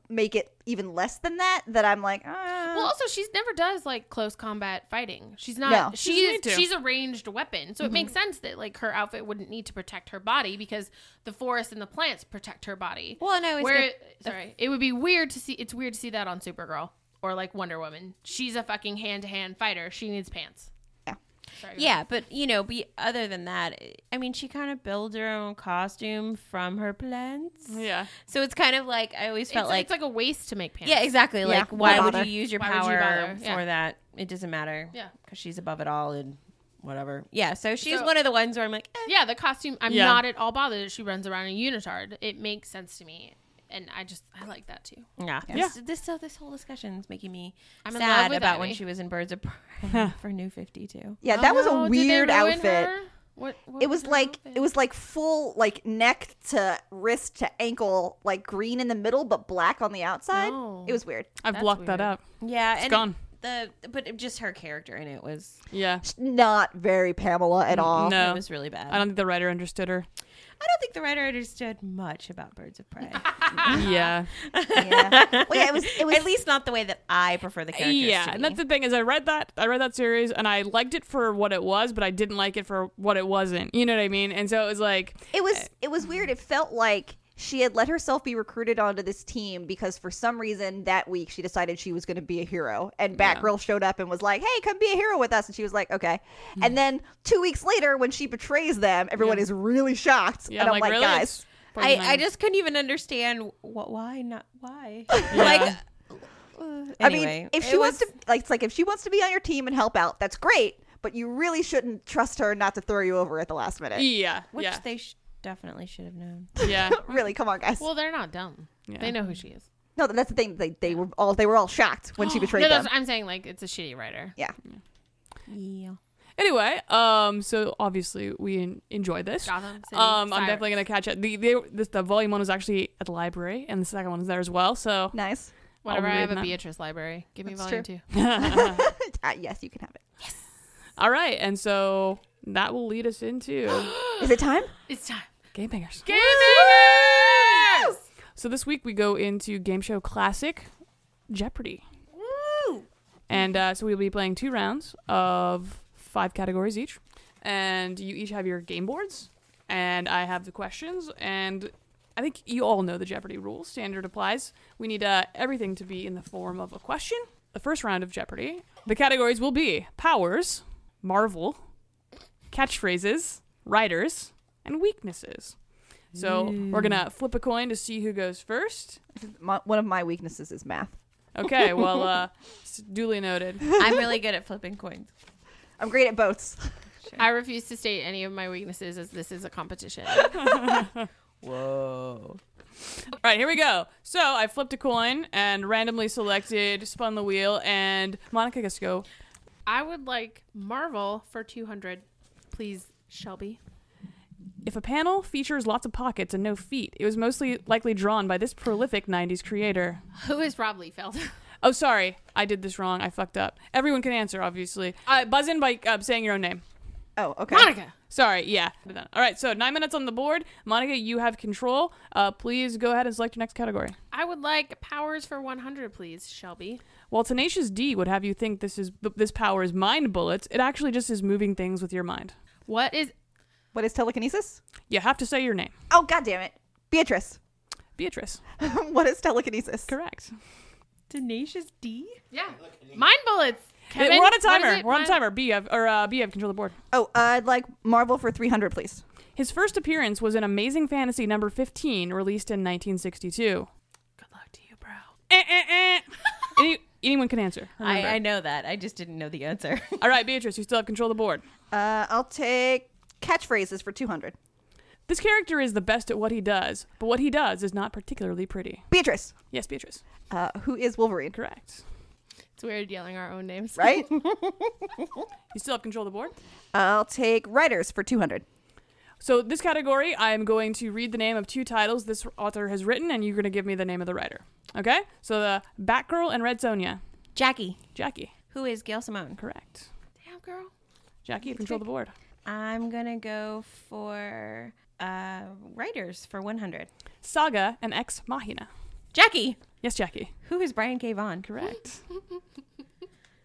Speaker 3: make it even less than that that I'm like, ah.
Speaker 4: Well, also she's never does like close combat fighting. She's not.
Speaker 3: No. Mm-hmm.
Speaker 2: She doesn't
Speaker 4: She's
Speaker 2: need to.
Speaker 4: she's a ranged weapon, so it makes sense that like her outfit wouldn't need to protect her body because the forest and the plants protect her body.
Speaker 5: Well, and I always
Speaker 4: Where
Speaker 5: get-
Speaker 4: it- sorry, it would be weird to see. It's weird to see that on Supergirl or like Wonder Woman. She's a fucking hand to hand fighter. She needs pants.
Speaker 3: Yeah.
Speaker 4: Sorry, go
Speaker 5: Yeah, but you know, be other than that, I mean, she kind of builds her own costume from her plants.
Speaker 2: Yeah.
Speaker 5: So it's kind of like I always
Speaker 4: ahead.
Speaker 5: felt
Speaker 4: Mm-hmm. It's,
Speaker 5: like,
Speaker 4: it's like a waste to make pants.
Speaker 5: yeah, exactly.
Speaker 3: why
Speaker 5: like, why would you
Speaker 3: bother?
Speaker 5: use your
Speaker 4: Why would you
Speaker 5: power
Speaker 4: bother?
Speaker 5: for
Speaker 4: Yeah.
Speaker 5: that? It doesn't matter.
Speaker 4: Yeah.
Speaker 5: because she's above it all and whatever. Yeah, so she's
Speaker 4: So-
Speaker 5: one of the ones where I'm like, eh.
Speaker 4: Yeah, the costume. I'm
Speaker 2: Yeah.
Speaker 4: not at all bothered that she runs around in unitard. It makes sense to me, and I just I like that too.
Speaker 5: Yeah.
Speaker 2: Yeah.
Speaker 5: This, this, so this whole discussion is making me
Speaker 4: I'm in love
Speaker 5: sad
Speaker 4: with eh?
Speaker 5: about
Speaker 4: Ivy.
Speaker 5: when she was in Birds of Prey for New 52.
Speaker 3: yeah,
Speaker 4: Oh
Speaker 3: that was
Speaker 4: no,
Speaker 3: a
Speaker 4: did they
Speaker 3: weird
Speaker 4: ruin
Speaker 3: outfit.
Speaker 4: her? What, what
Speaker 3: It was like it was like full like neck to wrist to ankle like green in the middle but black on the outside.
Speaker 4: No.
Speaker 3: It was weird.
Speaker 2: I've blocked
Speaker 4: weird.
Speaker 2: that out.
Speaker 5: Yeah, and
Speaker 2: gone.
Speaker 5: The but it- just her character in it was
Speaker 2: Yeah.
Speaker 3: Not very Pamela at all.
Speaker 2: No.
Speaker 5: it was really bad.
Speaker 2: I don't think the writer understood her.
Speaker 5: I don't think the writer understood much about Birds
Speaker 2: *laughs*
Speaker 5: of Prey.
Speaker 2: Ah, yeah.
Speaker 3: Yeah. Well, yeah, it was
Speaker 5: *laughs*
Speaker 3: it was
Speaker 5: At least not the way that I prefer the characters.
Speaker 2: yeah,
Speaker 5: to
Speaker 2: and
Speaker 5: be.
Speaker 2: that's the thing is I read that I read that series and I liked it for what it was, but I didn't like it for what it wasn't. You know what I mean? And so it was like,
Speaker 3: It was it was weird. It felt like she had let herself be recruited onto this team because for some reason that week she decided she was going to be a hero and Batgirl showed up and was like, "Hey, come be a hero with us." And she was like, "Okay." And then 2 weeks later when she betrays them, everyone is really shocked.
Speaker 2: yeah,
Speaker 3: and I'm
Speaker 2: like,
Speaker 3: like,
Speaker 2: really?
Speaker 3: "Guys,
Speaker 5: I, I just couldn't even understand what why not
Speaker 2: *laughs*
Speaker 5: why. *laughs*
Speaker 2: like
Speaker 3: I mean,
Speaker 5: Anyway,
Speaker 3: if
Speaker 5: it
Speaker 3: she wants to like it's like if she wants to be on your team and help out, that's great, but you really shouldn't trust her not to throw you over at the last minute."
Speaker 2: yeah,
Speaker 5: which
Speaker 2: yeah,
Speaker 5: they sh- definitely should have known.
Speaker 2: *laughs* yeah.
Speaker 3: Really, come on, guys.
Speaker 4: Well, they're not dumb. They know who she is.
Speaker 3: no, that's the thing. They, they were all they were all shocked when she betrayed
Speaker 4: No,
Speaker 3: them.
Speaker 4: that's, I'm saying like it's a shitty writer.
Speaker 3: yeah.
Speaker 5: Yeah.
Speaker 2: Anyway, um, so obviously we en- enjoyed this.
Speaker 4: Gotham City
Speaker 2: um, I'm
Speaker 4: Sirens.
Speaker 2: definitely gonna catch it. The, they, this, the volume one was actually at the library, and the second one is there as well.
Speaker 5: *laughs*
Speaker 2: So *laughs*
Speaker 3: Nice.
Speaker 4: Whenever I have a
Speaker 2: reading that.
Speaker 4: Beatrice library, give me
Speaker 3: That's
Speaker 4: volume
Speaker 3: true.
Speaker 4: two.
Speaker 3: Ah, yes, you can have it.
Speaker 2: all right, and so that will lead us into *gasps*
Speaker 3: Is it time?
Speaker 4: It's time.
Speaker 2: game bangers.
Speaker 4: Game Gamers!
Speaker 2: So this week we go into game show classic Jeopardy. And uh, so we'll be playing two rounds of five categories each, and you each have your game boards, and I have the questions, and I think you all know the Jeopardy rules. Standard applies. We need uh, everything to be in the form of a question. The first round of Jeopardy. The categories will be powers, Marvel, catchphrases, writers, and weaknesses. So we're gonna flip a coin to see who goes first.
Speaker 3: My, one of my weaknesses is math.
Speaker 2: Okay, well, uh, s- duly noted.
Speaker 5: *laughs* I'm really good at flipping coins.
Speaker 3: I'm great at boats.
Speaker 4: I refuse to state any of my weaknesses as this is a competition.
Speaker 5: Whoa.
Speaker 2: All right, here we go. So I flipped a coin and randomly selected, spun the wheel, and Monica gets to go.
Speaker 4: *laughs* I would like Marvel for 200. Please, Shelby.
Speaker 2: If a panel features lots of pockets and no feet, it was mostly likely drawn by this prolific '90s creator.
Speaker 4: *laughs* Who is Rob Liefeld?
Speaker 2: Oh, sorry, I did this wrong. I fucked up. Everyone can answer, obviously. Uh, buzz in by uh, saying your own name.
Speaker 3: Oh, okay.
Speaker 4: *laughs* Monica.
Speaker 2: Sorry, yeah. All right, so nine minutes on the board. Monica, you have control. Uh, please go ahead and select your next category.
Speaker 4: I would like powers for 100, please, Shelby.
Speaker 2: While Tenacious D would have you think this is th- this power is mind bullets, it actually just is moving things with your mind.
Speaker 4: What is
Speaker 3: What is telekinesis?
Speaker 2: You have to say your name,
Speaker 3: Oh, god damn it. Beatrice. *laughs*
Speaker 2: Beatrice.
Speaker 3: what is telekinesis?
Speaker 2: Correct.
Speaker 5: Tenacious D?
Speaker 4: yeah mind bullets? Kevin,
Speaker 2: We're on a
Speaker 4: what is
Speaker 2: timer.
Speaker 4: it?
Speaker 2: We're on a
Speaker 4: Mind-
Speaker 2: timer. B, you have, or uh, B, you have control of the board.
Speaker 3: Oh, uh, I'd like Marvel for 300, please.
Speaker 2: His first appearance was in Amazing Fantasy number 15, released in 1962.
Speaker 4: Good luck to you, bro.
Speaker 2: Eh, eh, eh. *laughs* Any, anyone can answer.
Speaker 5: I,
Speaker 2: remember.
Speaker 5: I know that. I just didn't know the answer. *laughs*
Speaker 2: All right, Beatrice, you still have control of the board.
Speaker 3: Uh, I'll take catchphrases for 200.
Speaker 2: This character is the best at what he does, but what he does is not particularly pretty.
Speaker 3: Beatrice.
Speaker 2: Yes, Beatrice.
Speaker 3: Uh, who is Wolverine?
Speaker 2: Correct.
Speaker 4: It's weird yelling our own names. *laughs*
Speaker 3: Right?
Speaker 2: You still have control of the board.
Speaker 3: I'll take writers for 200.
Speaker 2: So this category, I am going to read the name of two titles this author has written, and you're going to give me the name of the writer. Okay? So the Batgirl and Red Sonja.
Speaker 5: Jackie,
Speaker 2: Jackie.
Speaker 5: who is Gail Simone?
Speaker 2: Correct.
Speaker 4: Damn, girl.
Speaker 2: Jackie, you control the board.
Speaker 5: I'm gonna go for uh, writers for 100.
Speaker 2: Saga and Ex Machina.
Speaker 5: Jackie,
Speaker 2: Yes, Jackie.
Speaker 5: who is Brian K. Vaughan?
Speaker 2: Correct.
Speaker 5: *laughs*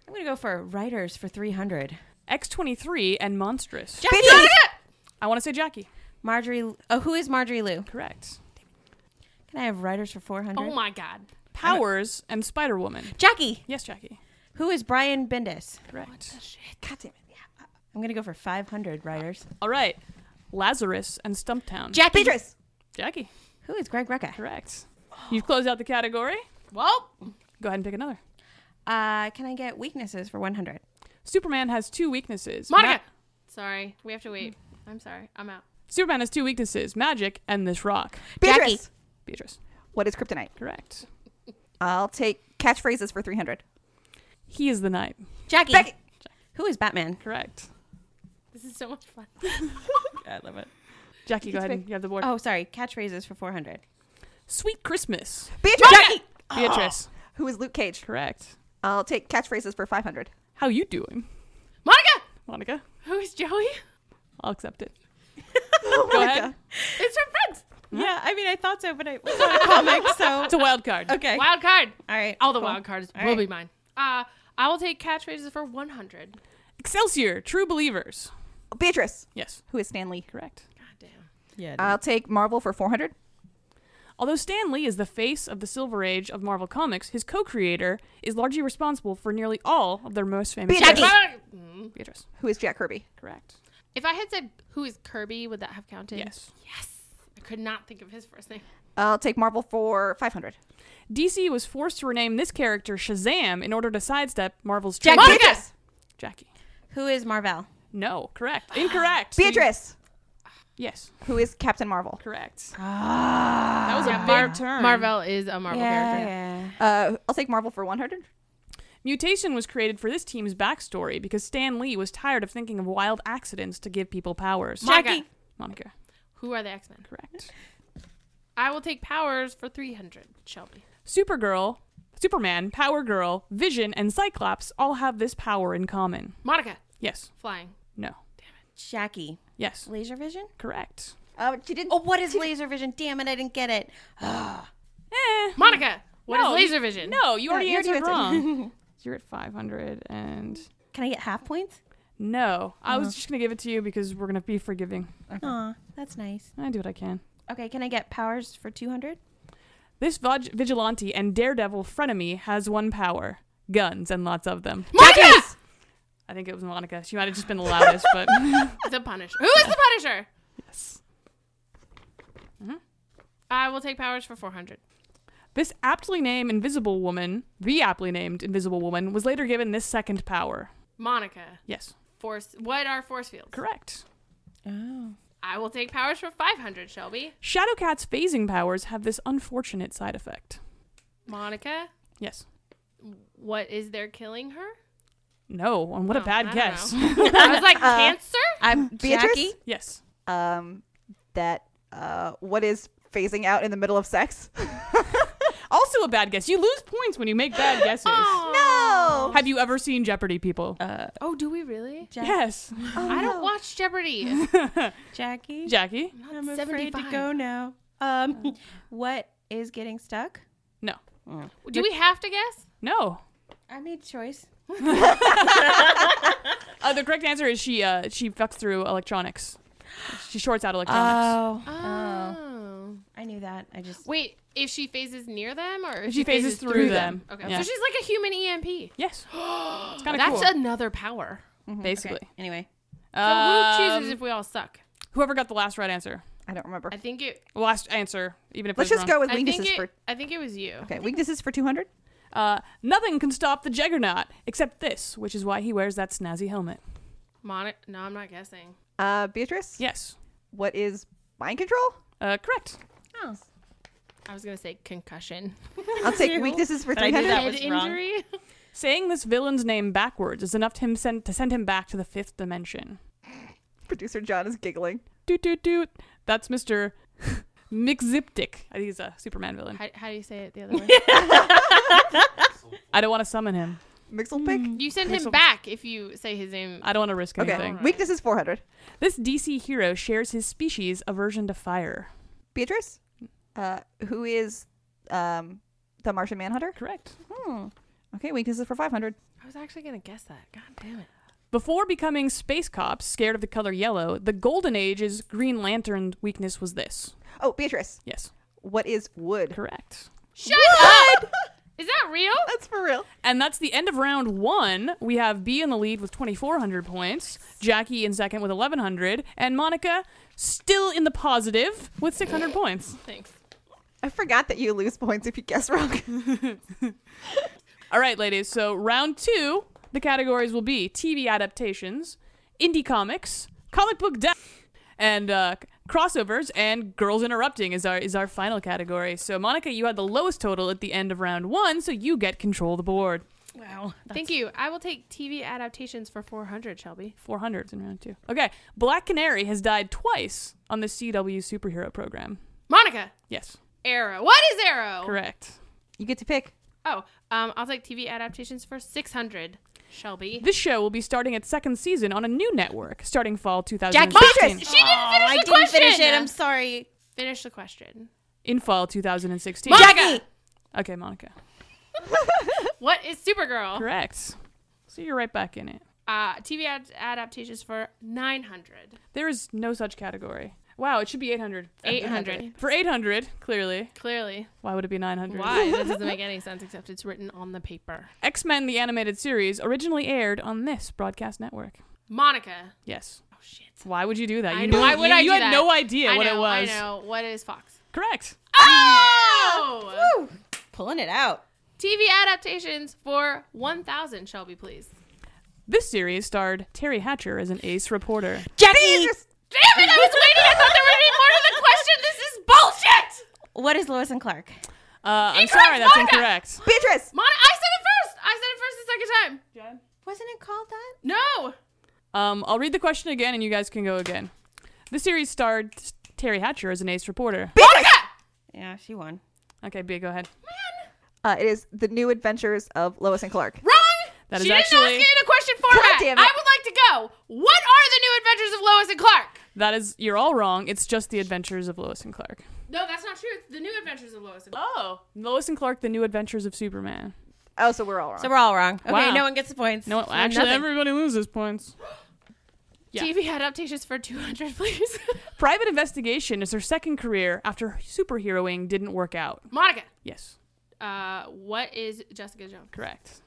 Speaker 5: I'm gonna go for writers for 300.
Speaker 2: X23 and Monstrous.
Speaker 5: Jackie,
Speaker 3: Bitches!
Speaker 2: I want to say Jackie.
Speaker 5: Marjorie. Oh, who is Marjorie Lou?
Speaker 2: Correct.
Speaker 5: Can I have writers for 400?
Speaker 4: Oh my god.
Speaker 2: Powers and Spider Woman.
Speaker 5: Jackie,
Speaker 2: Yes, Jackie.
Speaker 5: who is Brian Bendis? uh,
Speaker 2: Correct.
Speaker 3: God damn it.
Speaker 5: I'm gonna go for 500 writers.
Speaker 2: All right. Lazarus and Stumptown.
Speaker 5: Jackie,
Speaker 3: Beatrice.
Speaker 2: Jackie.
Speaker 5: who is Greg Rucka?
Speaker 2: Correct. You've closed out the category.
Speaker 4: Well,
Speaker 2: Go ahead and pick another.
Speaker 5: Uh, can I get weaknesses for 100?
Speaker 2: Superman has two weaknesses.
Speaker 4: Monica.
Speaker 2: Ma-
Speaker 4: sorry, we have to wait. I'm sorry. I'm out.
Speaker 2: Superman has two weaknesses magic and this rock.
Speaker 3: Beatrice.
Speaker 5: Jackie.
Speaker 2: Beatrice.
Speaker 3: What is kryptonite?
Speaker 2: Correct.
Speaker 3: I'll take catchphrases for 300.
Speaker 2: He is the knight.
Speaker 5: Jackie,
Speaker 3: Becky.
Speaker 5: who is Batman?
Speaker 2: Correct.
Speaker 4: This is so much fun.
Speaker 5: I love it.
Speaker 2: Jackie, go ahead and you have the board.
Speaker 5: Oh, sorry. Catchphrases for 400.
Speaker 2: Sweet Christmas.
Speaker 3: Beatrice, Jackie,
Speaker 2: Beatrice.
Speaker 3: who is Luke Cage?
Speaker 2: Correct.
Speaker 3: I'll take catchphrases for 500.
Speaker 2: How you doing?
Speaker 4: *laughs* Monica,
Speaker 2: Monica,
Speaker 4: who is Joey?
Speaker 2: I'll accept it.
Speaker 3: Oh
Speaker 2: Go
Speaker 3: my
Speaker 2: ahead.
Speaker 3: God.
Speaker 4: It's from Friends.
Speaker 5: Yeah, I mean, I thought so, but I *laughs* was not a comic, so.
Speaker 2: It's a wild card.
Speaker 5: Okay.
Speaker 4: Wild card.
Speaker 5: All right.
Speaker 4: All the
Speaker 5: cool.
Speaker 4: wild cards
Speaker 5: All
Speaker 4: will
Speaker 5: right.
Speaker 4: be mine. Uh, I will take catchphrases for 100. God
Speaker 2: Excelsior, true believers.
Speaker 3: Beatrice,
Speaker 2: Yes,
Speaker 3: who is Stan Lee?
Speaker 2: correct.
Speaker 4: damn.
Speaker 5: Yeah.
Speaker 3: I'll take Marvel for 400.
Speaker 2: Although Stan Lee is the face of the Silver Age of Marvel Comics, his co-creator is largely responsible for nearly all of their most famous.
Speaker 3: Beatrice.
Speaker 2: characters.
Speaker 4: Mm.
Speaker 2: Beatrice,
Speaker 3: Who is Jack Kirby?
Speaker 2: correct.
Speaker 4: If I had said who is Kirby, would that have counted?
Speaker 2: Yes.
Speaker 4: Yes. I could not think of his first name.
Speaker 3: I'll take Marvel for 500.
Speaker 2: DC was forced to rename this character Shazam in order to sidestep Marvel's
Speaker 5: Jackie.
Speaker 2: trademark-
Speaker 4: Monica.
Speaker 2: Jackie.
Speaker 5: Who is Marvel?
Speaker 2: No, correct. *gasps* Incorrect.
Speaker 3: Beatrice,
Speaker 2: Yes,
Speaker 3: who is Captain Marvel?
Speaker 2: correct.
Speaker 5: Ah.
Speaker 2: That was a big
Speaker 4: Mar-
Speaker 2: turn.
Speaker 4: Marvel is a Marvel character.
Speaker 5: Yeah.
Speaker 3: Uh, I'll take Marvel for 100.
Speaker 2: Mutation was created for this team's backstory because Stan Lee was tired of thinking of wild accidents to give people powers.
Speaker 4: Monica.
Speaker 5: Jackie.
Speaker 2: Monica,
Speaker 4: Who are the X Men?
Speaker 2: correct.
Speaker 4: I will take powers for 300, Shelby.
Speaker 2: Supergirl, Superman, Power Girl, Vision, and Cyclops all have this power in common.
Speaker 4: Monica,
Speaker 2: Yes.
Speaker 4: flying.
Speaker 2: No.
Speaker 5: Jackie.
Speaker 2: Yes.
Speaker 5: Laser vision?
Speaker 2: Correct.
Speaker 3: Uh, she didn't.
Speaker 5: Oh, what is laser vision? Damn it, I didn't get it.
Speaker 2: Eh.
Speaker 4: Monica, what is
Speaker 2: No,
Speaker 4: laser
Speaker 2: you-
Speaker 4: vision?
Speaker 2: No, you already
Speaker 3: you already
Speaker 2: answered
Speaker 3: answered.
Speaker 2: *laughs* wrong. You're at 500 and
Speaker 5: Can I get half points?
Speaker 2: no. I
Speaker 4: Uh-huh.
Speaker 2: was just going to give it to you because we're going to be forgiving.
Speaker 5: Aw, that's nice.
Speaker 2: I do what I can.
Speaker 5: Okay, can I get powers for 200?
Speaker 2: This vog- vigilante and daredevil frenemy has one power. Guns and lots of them.
Speaker 4: Monica!
Speaker 2: I think it was Monica. She might have just been the loudest, but *laughs*
Speaker 4: The Punisher. Who is the Punisher? Mm-hmm.
Speaker 2: yes.
Speaker 4: I will take powers for 400.
Speaker 2: This aptly named Invisible Woman, the aptly named Invisible Woman, was later given this second power.
Speaker 4: Monica,
Speaker 2: Yes.
Speaker 4: force. What are force fields?
Speaker 2: Correct.
Speaker 5: Oh.
Speaker 4: I will take powers for 500, Shelby.
Speaker 2: Shadowcat's phasing powers have this unfortunate side effect.
Speaker 4: Monica,
Speaker 2: Yes.
Speaker 4: what is there killing her?
Speaker 2: No, and what a
Speaker 4: Oh,
Speaker 2: bad
Speaker 4: I don't
Speaker 2: guess.
Speaker 4: *laughs* I was like, cancer?
Speaker 5: I'm
Speaker 3: Beatrice?
Speaker 5: Jackie.
Speaker 2: yes.
Speaker 3: Um, that. Uh, what is phasing out in the middle of sex? *laughs*
Speaker 2: Also a bad guess. You lose points when you make bad guesses.
Speaker 3: No.
Speaker 2: Have you ever seen Jeopardy people?
Speaker 4: Oh, do we really?
Speaker 5: Jack-
Speaker 2: yes.
Speaker 3: Oh,
Speaker 4: I don't watch Jeopardy.
Speaker 5: Jackie.
Speaker 2: Jackie?
Speaker 5: I'm afraid
Speaker 4: 75.
Speaker 5: to go now. Um,
Speaker 4: Mm.
Speaker 5: what is getting stuck?
Speaker 2: No.
Speaker 4: do we have to guess?
Speaker 2: No.
Speaker 5: I made choice.
Speaker 2: Uh, the correct answer is she uh, she fucks through electronics. She shorts out electronics.
Speaker 5: Oh,
Speaker 4: Oh.
Speaker 5: I knew that. I just
Speaker 4: Wait, if she phases near them or if
Speaker 2: she phases through them.
Speaker 4: Okay.
Speaker 2: Yeah.
Speaker 4: So she's like a human E *gasps* EMP.
Speaker 2: yes. It's kind of
Speaker 4: That's
Speaker 2: cool.
Speaker 4: another power.
Speaker 2: basically.
Speaker 5: anyway.
Speaker 4: So who
Speaker 2: Um,
Speaker 4: chooses if we all suck?
Speaker 2: whoever got the last right answer.
Speaker 3: I don't remember.
Speaker 4: I think it
Speaker 2: Last answer, even if
Speaker 3: Let's
Speaker 2: it was
Speaker 3: just go
Speaker 2: wrong.
Speaker 3: with
Speaker 4: I think
Speaker 3: weaknesses
Speaker 4: it,
Speaker 3: for.
Speaker 4: I think it was you.
Speaker 3: Okay, weaknesses for 200.
Speaker 2: Uh, nothing can stop the Juggernaut except this, which is why he wears that snazzy helmet.
Speaker 4: Moni- no, I'm not guessing.
Speaker 3: Uh, Beatrice,
Speaker 2: Yes.
Speaker 3: what is mind control?
Speaker 2: Uh, correct.
Speaker 5: Oh,
Speaker 4: I was going to say *laughs* concussion.
Speaker 3: I'll
Speaker 5: *laughs*
Speaker 3: take weaknesses for
Speaker 5: But I knew
Speaker 3: 300.
Speaker 5: that
Speaker 4: Head
Speaker 5: was wrong.
Speaker 4: injury?
Speaker 2: Saying this villain's name backwards is enough to, him send, to send him back to the fifth dimension.
Speaker 3: Producer John is giggling.
Speaker 2: Doot, doot, doot. That's Mr. *laughs* Mixiptic. I think he's a Superman villain.
Speaker 4: *laughs* how, how do you say it the other way?
Speaker 2: I don't want to summon him.
Speaker 5: Mm,
Speaker 3: Mixelpick.
Speaker 4: *laughs* You send him back if you say his name.
Speaker 2: I don't want to risk
Speaker 3: Okay,
Speaker 2: anything.
Speaker 3: weaknesses 400.
Speaker 2: This DC hero shares his species' aversion to fire.
Speaker 3: Beatrice, uh, who is um, the Martian Manhunter?
Speaker 2: Correct.
Speaker 3: Hmm. Okay, weaknesses for 500.
Speaker 4: I was actually going to guess that. God damn it.
Speaker 2: Before becoming space cops, scared of the color yellow, the Golden Age's Green Lantern weakness was this.
Speaker 3: Oh, Beatrice,
Speaker 2: Yes,
Speaker 3: what is
Speaker 5: *laughs*
Speaker 3: wood?
Speaker 2: correct.
Speaker 4: Shut up! Is that real?
Speaker 3: *laughs* That's for real.
Speaker 2: And that's the end of round one. We have B in the lead with 2,400 points, Jackie in second with 1,100, and Monica still in the positive with 600 points.
Speaker 4: *laughs* Thanks.
Speaker 3: I forgot that you lose points if you guess wrong.
Speaker 2: All right, ladies, so round two, the categories will be TV adaptations, indie comics, comic book death, and uh, crossovers, and girls interrupting is our, is our final category. So, Monica, you had the lowest total at the end of round one, so you get control of the board.
Speaker 5: Wow.
Speaker 4: Thank you. I will take TV adaptations for 400, Shelby.
Speaker 2: 400s in round two. Okay. Black Canary has died twice on the CW superhero program.
Speaker 4: Monica,
Speaker 2: Yes.
Speaker 4: Arrow. What is Arrow?
Speaker 2: Correct.
Speaker 3: You get to pick.
Speaker 4: Oh, um, I'll take TV adaptations for 600, Shelby.
Speaker 2: This show will be starting its second season on a new network starting fall
Speaker 5: Jack
Speaker 2: 2016.
Speaker 5: Beatrice.
Speaker 4: She didn't finish
Speaker 5: Oh, I
Speaker 4: the
Speaker 5: didn't
Speaker 4: question.
Speaker 5: finish it. I'm sorry.
Speaker 4: Finish the question.
Speaker 2: in fall 2016.
Speaker 5: Jackie.
Speaker 2: Okay, Monica.
Speaker 4: What is Supergirl?
Speaker 2: Correct. So you're right back in it.
Speaker 4: Uh, TV ad- adaptations for 900,
Speaker 2: There is no such category. Wow, it should be 800.
Speaker 4: 800.
Speaker 2: For 800, clearly.
Speaker 4: Clearly.
Speaker 2: Why would it be 900?
Speaker 4: Why? That doesn't make any sense except it's written on the paper.
Speaker 2: X Men the animated series originally aired on this broadcast network.
Speaker 4: Monica.
Speaker 2: Yes.
Speaker 4: Oh, shit.
Speaker 2: Why would you do that? You
Speaker 4: I
Speaker 2: knew-
Speaker 4: know. Why would
Speaker 2: you,
Speaker 4: I
Speaker 2: You
Speaker 4: do
Speaker 2: had
Speaker 4: that?
Speaker 2: no idea
Speaker 4: I
Speaker 2: what
Speaker 4: know,
Speaker 2: it was. Ah!
Speaker 4: I know. What is Fox?
Speaker 2: Correct.
Speaker 4: Oh!
Speaker 5: Woo. Pulling it out.
Speaker 4: TV adaptations for 1,000, Shelby, please.
Speaker 2: This series starred Terry Hatcher as an ace reporter.
Speaker 5: *laughs* Jackie.
Speaker 4: Damn it! I was waiting. I thought there would be more to the question. This is bullshit.
Speaker 5: What is Lois and Clark?
Speaker 2: Uh, I'm
Speaker 4: Incorrect,
Speaker 2: sorry, that's
Speaker 4: Monica!
Speaker 2: incorrect.
Speaker 3: Beatrice.
Speaker 4: Mon- I said it first. I said it first the second time.
Speaker 5: Wasn't it called that?
Speaker 4: No.
Speaker 2: Um, I'll read the question again and you guys can go again. The series starred Terry Hatcher as an ace reporter.
Speaker 4: Monica.
Speaker 5: Yeah, she won.
Speaker 2: Okay, B, go ahead.
Speaker 3: Uh, it is the new adventures of Lois and Clark.
Speaker 4: Wrong.
Speaker 2: That
Speaker 4: she
Speaker 2: is
Speaker 4: didn't
Speaker 2: actually-
Speaker 4: ask it in a question format.
Speaker 3: God damn it.
Speaker 4: I would like to go. What are the new adventures of Lois and Clark?
Speaker 2: That is, you're all wrong. It's just the adventures of Lois and Clark.
Speaker 4: No, that's not true. It's the new adventures of Lois and Clark.
Speaker 2: Oh. Lois and Clark, the new adventures of Superman.
Speaker 3: Oh, so we're all wrong.
Speaker 5: So we're all wrong. Okay,
Speaker 2: Wow.
Speaker 5: no one gets the points.
Speaker 2: No, actually,
Speaker 5: nothing.
Speaker 2: everybody loses points. Yeah.
Speaker 4: TV adaptations for 200, please.
Speaker 2: Private Investigation is her second career after superheroing didn't work out.
Speaker 4: *laughs* Monica.
Speaker 2: Yes,
Speaker 4: Uh, what is Jessica Jones?
Speaker 2: correct.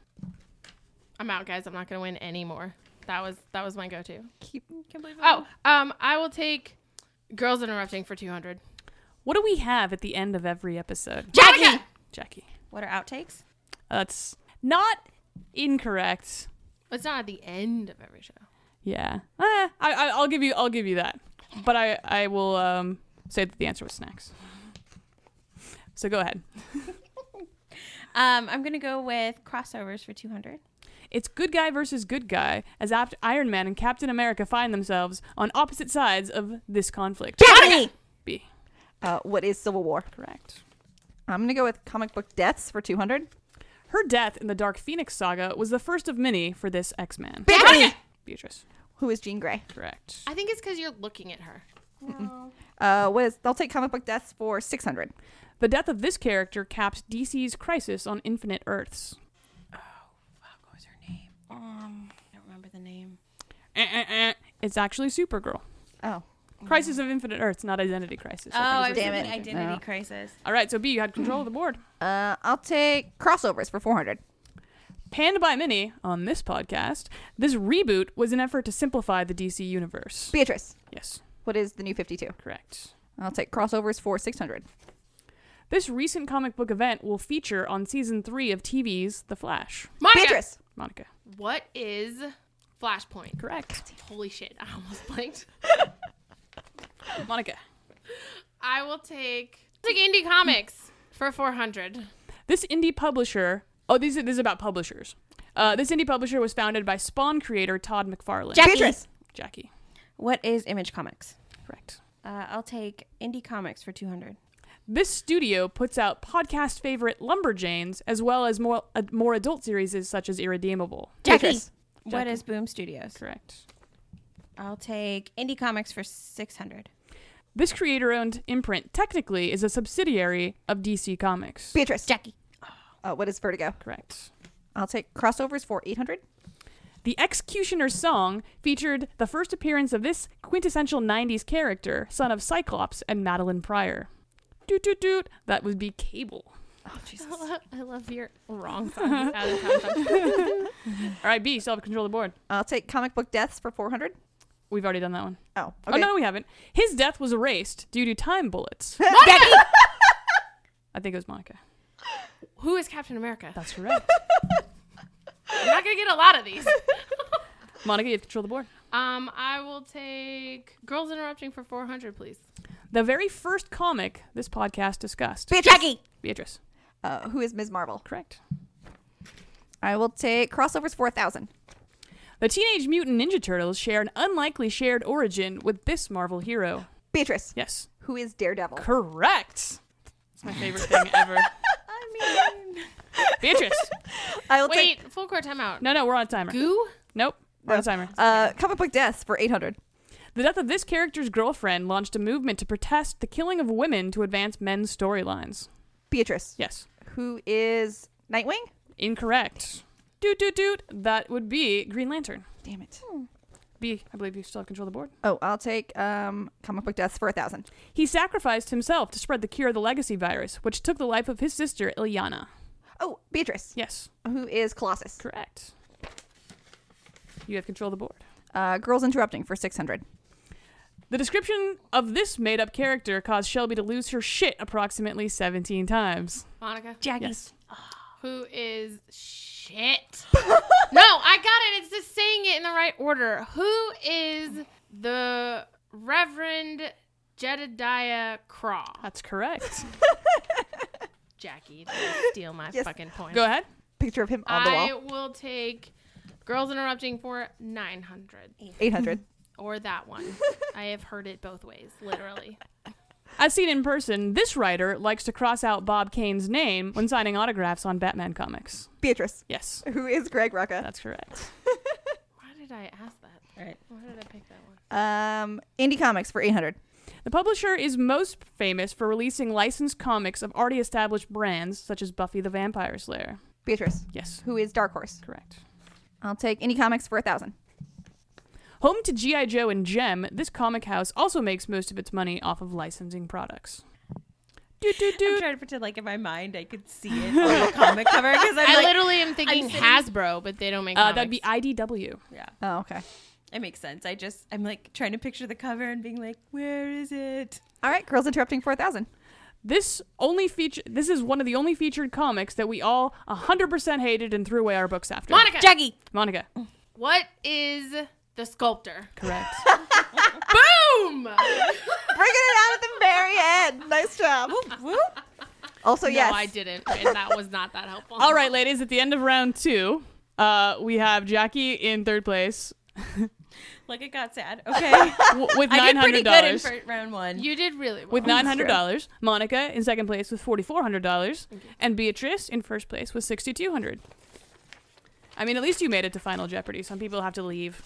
Speaker 4: I'm out, guys. I'm not gonna win anymore. That was that was my go-to.
Speaker 3: Keep- can't believe
Speaker 4: Oh, um, I will take girls interrupting for 200.
Speaker 2: What do we have at the end of every episode?
Speaker 5: Jackie.
Speaker 4: Monica!
Speaker 2: Jackie.
Speaker 5: What are outtakes?
Speaker 2: That's not incorrect.
Speaker 4: It's not at the end of every show.
Speaker 2: Yeah. Eh, I, I, I'll give you. I'll give you that. But I, I will um, say that the answer was snacks. So go ahead.
Speaker 5: Um, I'm gonna go with crossovers for 200.
Speaker 2: It's good guy versus good guy as apt Iron Man and Captain America find themselves on opposite sides of this conflict.
Speaker 5: Jackie.
Speaker 2: B.
Speaker 3: Uh, what is Civil War?
Speaker 2: Correct.
Speaker 3: I'm gonna go with comic book deaths for 200.
Speaker 2: Her death in the Dark Phoenix saga was the first of many for this X Man.
Speaker 3: Beatrice.
Speaker 2: Beatrice.
Speaker 3: Who is Jean Grey?
Speaker 2: Correct.
Speaker 4: I think it's because you're looking at her.
Speaker 3: Uh, what is? I'll take comic book deaths for 600.
Speaker 2: The death of this character capped DC's crisis on Infinite Earths.
Speaker 5: Fuck, what was her name? Um, I don't remember the name.
Speaker 2: Eh, eh, eh. It's actually Supergirl.
Speaker 3: Oh,
Speaker 2: Crisis of Infinite Earths, not Identity Crisis.
Speaker 5: Oh,
Speaker 2: I think
Speaker 5: I was
Speaker 2: is
Speaker 3: damn
Speaker 2: what they
Speaker 5: thinking
Speaker 3: it.
Speaker 2: meant.
Speaker 5: Identity
Speaker 3: No.
Speaker 5: crisis.
Speaker 2: All right, so B, you had control of the board.
Speaker 3: uh, I'll take crossovers for 400.
Speaker 2: Panned by many on this podcast, this reboot was an effort to simplify the DC universe.
Speaker 3: Beatrice.
Speaker 2: Yes,
Speaker 3: What is the new 52?
Speaker 2: correct.
Speaker 3: I'll take crossovers for 600.
Speaker 2: This recent comic book event will feature on season three of TV's The Flash.
Speaker 4: Monica.
Speaker 3: Beatrice.
Speaker 2: Monica,
Speaker 4: What is Flashpoint?
Speaker 2: correct.
Speaker 4: Holy shit, *laughs* I almost blanked.
Speaker 2: Monica.
Speaker 4: I will take I'll take indie comics for 400.
Speaker 2: This indie publisher. Oh, these are, this is about publishers. Uh, this indie publisher was founded by Spawn creator Todd McFarlane.
Speaker 5: Jackie.
Speaker 3: Beatrice.
Speaker 2: Jackie.
Speaker 5: What is Image Comics?
Speaker 2: Correct.
Speaker 5: Uh, I'll take Indie Comics for 200.
Speaker 2: This studio puts out podcast favorite Lumberjanes as well as more uh, more adult series such as Irredeemable.
Speaker 3: Beatrice.
Speaker 5: What is Boom Studios?
Speaker 2: Correct.
Speaker 5: I'll take Indie Comics for 600.
Speaker 2: This creator-owned imprint technically is a subsidiary of DC Comics.
Speaker 3: Beatrice.
Speaker 5: Jackie.
Speaker 3: Uh, what is Vertigo?
Speaker 2: Correct.
Speaker 3: I'll take crossovers for 800.
Speaker 2: The Executioner's Song featured the first appearance of this quintessential 90s character, son of Cyclops and Madeline Pryor. Doot doot doot. That would be Cable.
Speaker 4: *laughs* I love your *laughs* wrong songs out of context. *laughs*
Speaker 2: All right, B, still have control of the board.
Speaker 3: I'll take comic book deaths for 400.
Speaker 2: We've already done that one.
Speaker 3: Oh, okay.
Speaker 2: Oh, no, we haven't. His death was erased due to time *laughs* bullets.
Speaker 5: Jackie.
Speaker 2: I think it was Monica.
Speaker 4: Who is Captain America?
Speaker 2: That's correct.
Speaker 4: I'm not gonna get a lot of *laughs* these.
Speaker 2: *laughs* Monica, you have control of the board.
Speaker 4: Um, I will take Girls Interrupting for 400, please.
Speaker 2: The very first comic this podcast discussed.
Speaker 3: Beatrice.
Speaker 5: Jackie.
Speaker 2: Beatrice.
Speaker 3: Uh, who is Ms. Marvel?
Speaker 2: Correct.
Speaker 3: I will take crossovers 4000.
Speaker 2: The Teenage Mutant Ninja Turtles share an unlikely shared origin with this Marvel hero.
Speaker 3: Beatrice,
Speaker 2: Yes.
Speaker 3: who is Daredevil?
Speaker 2: Correct. It's my favorite thing ever.
Speaker 3: *laughs* I mean,
Speaker 2: *laughs* Beatrice.
Speaker 3: I will take
Speaker 4: Wait, full court timeout.
Speaker 2: No, no, we're on a timer.
Speaker 4: Goo?
Speaker 2: Nope. We're on a timer.
Speaker 3: uh, comic book deaths for 800.
Speaker 2: The death of this character's girlfriend launched a movement to protest the killing of women to advance men's storylines.
Speaker 3: Beatrice,
Speaker 2: Yes.
Speaker 3: who is Nightwing?
Speaker 2: Incorrect. Doot, doot, doot. That would be Green Lantern.
Speaker 3: Damn it.
Speaker 4: Hmm.
Speaker 2: B, I believe you still have control of the board.
Speaker 3: Oh, I'll take um, comic book deaths for 1000.
Speaker 2: He sacrificed himself to spread the cure of the legacy virus, which took the life of his sister, Ilyana.
Speaker 3: Oh, Beatrice,
Speaker 2: Yes.
Speaker 3: who is Colossus?
Speaker 2: Correct. You have control of the board.
Speaker 3: Uh, Girls Interrupting for 600.
Speaker 2: The description of this made up character caused Shelby to lose her shit approximately 17 times.
Speaker 4: Monica.
Speaker 5: Jackie.
Speaker 2: Yes.
Speaker 4: Who is *laughs* shit? no, I got it. It's just saying it in the right order. Who is the Reverend Jedediah Craw?
Speaker 2: That's correct.
Speaker 4: Jackie, don't steal my
Speaker 3: *laughs* Yes.
Speaker 4: fucking point.
Speaker 2: Go ahead.
Speaker 3: Picture of him on the
Speaker 4: I
Speaker 3: wall.
Speaker 4: will take Girls Interrupting for 900 *laughs*
Speaker 3: 800.
Speaker 4: or
Speaker 3: *laughs*
Speaker 4: that one. I have heard it both ways, literally.
Speaker 2: As seen in person, this writer likes to cross out Bob Kane's name when signing autographs on Batman comics.
Speaker 3: Beatrice,
Speaker 2: Yes,
Speaker 3: who is Greg Rucka?
Speaker 2: that's correct.
Speaker 4: Why did I ask that?
Speaker 5: Right.
Speaker 4: Why did I pick that
Speaker 3: Um,
Speaker 4: one?
Speaker 3: Indie Comics for 800.
Speaker 2: The publisher is most famous for releasing licensed comics of already established brands such as Buffy the Vampire Slayer.
Speaker 3: Beatrice,
Speaker 2: Yes,
Speaker 3: who is Dark Horse?
Speaker 2: correct.
Speaker 3: I'll take Indie Comics for 1000.
Speaker 2: Home to G.I. Joe and Gem, this comic house also makes most of its money off of licensing products. Doot, doot,
Speaker 5: I'm
Speaker 2: doot.
Speaker 5: trying to pretend like in my mind I could see it on the comic cover because I'm
Speaker 4: I
Speaker 5: like,
Speaker 4: literally am thinking
Speaker 5: sitting-
Speaker 4: Hasbro, but they don't make
Speaker 2: Uh,
Speaker 4: comics.
Speaker 2: that'd be IDW.
Speaker 5: yeah,
Speaker 3: Oh, okay.
Speaker 5: it makes sense. I just I'm like trying to picture the cover and being like, where is it?
Speaker 3: All right, Girls Interrupting 4000.
Speaker 2: This only feature. This is one of the only featured comics that we all 100% hated and threw away our books after.
Speaker 4: Monica.
Speaker 5: Jackie. *laughs*
Speaker 2: Monica.
Speaker 4: What is the sculptor?
Speaker 2: Correct.
Speaker 3: *laughs*
Speaker 4: Boom!
Speaker 3: Bringing it out at the very end. Nice job. Also, yes.
Speaker 4: No, I didn't, and that was not that helpful.
Speaker 2: *laughs* All right, ladies, at the end of round two, uh, we have Jackie in third place
Speaker 5: Like it got sad. Okay,
Speaker 2: w- with
Speaker 5: I
Speaker 2: nine
Speaker 5: did pretty
Speaker 2: hundred
Speaker 5: good in
Speaker 2: dollars.
Speaker 5: fir- round one.
Speaker 4: you did really well.
Speaker 2: With nine hundred dollars, Monica in second place with forty four hundred dollars, and Beatrice in first place with sixty two hundred. I mean, at least you made it to Final Jeopardy. Some people have to leave.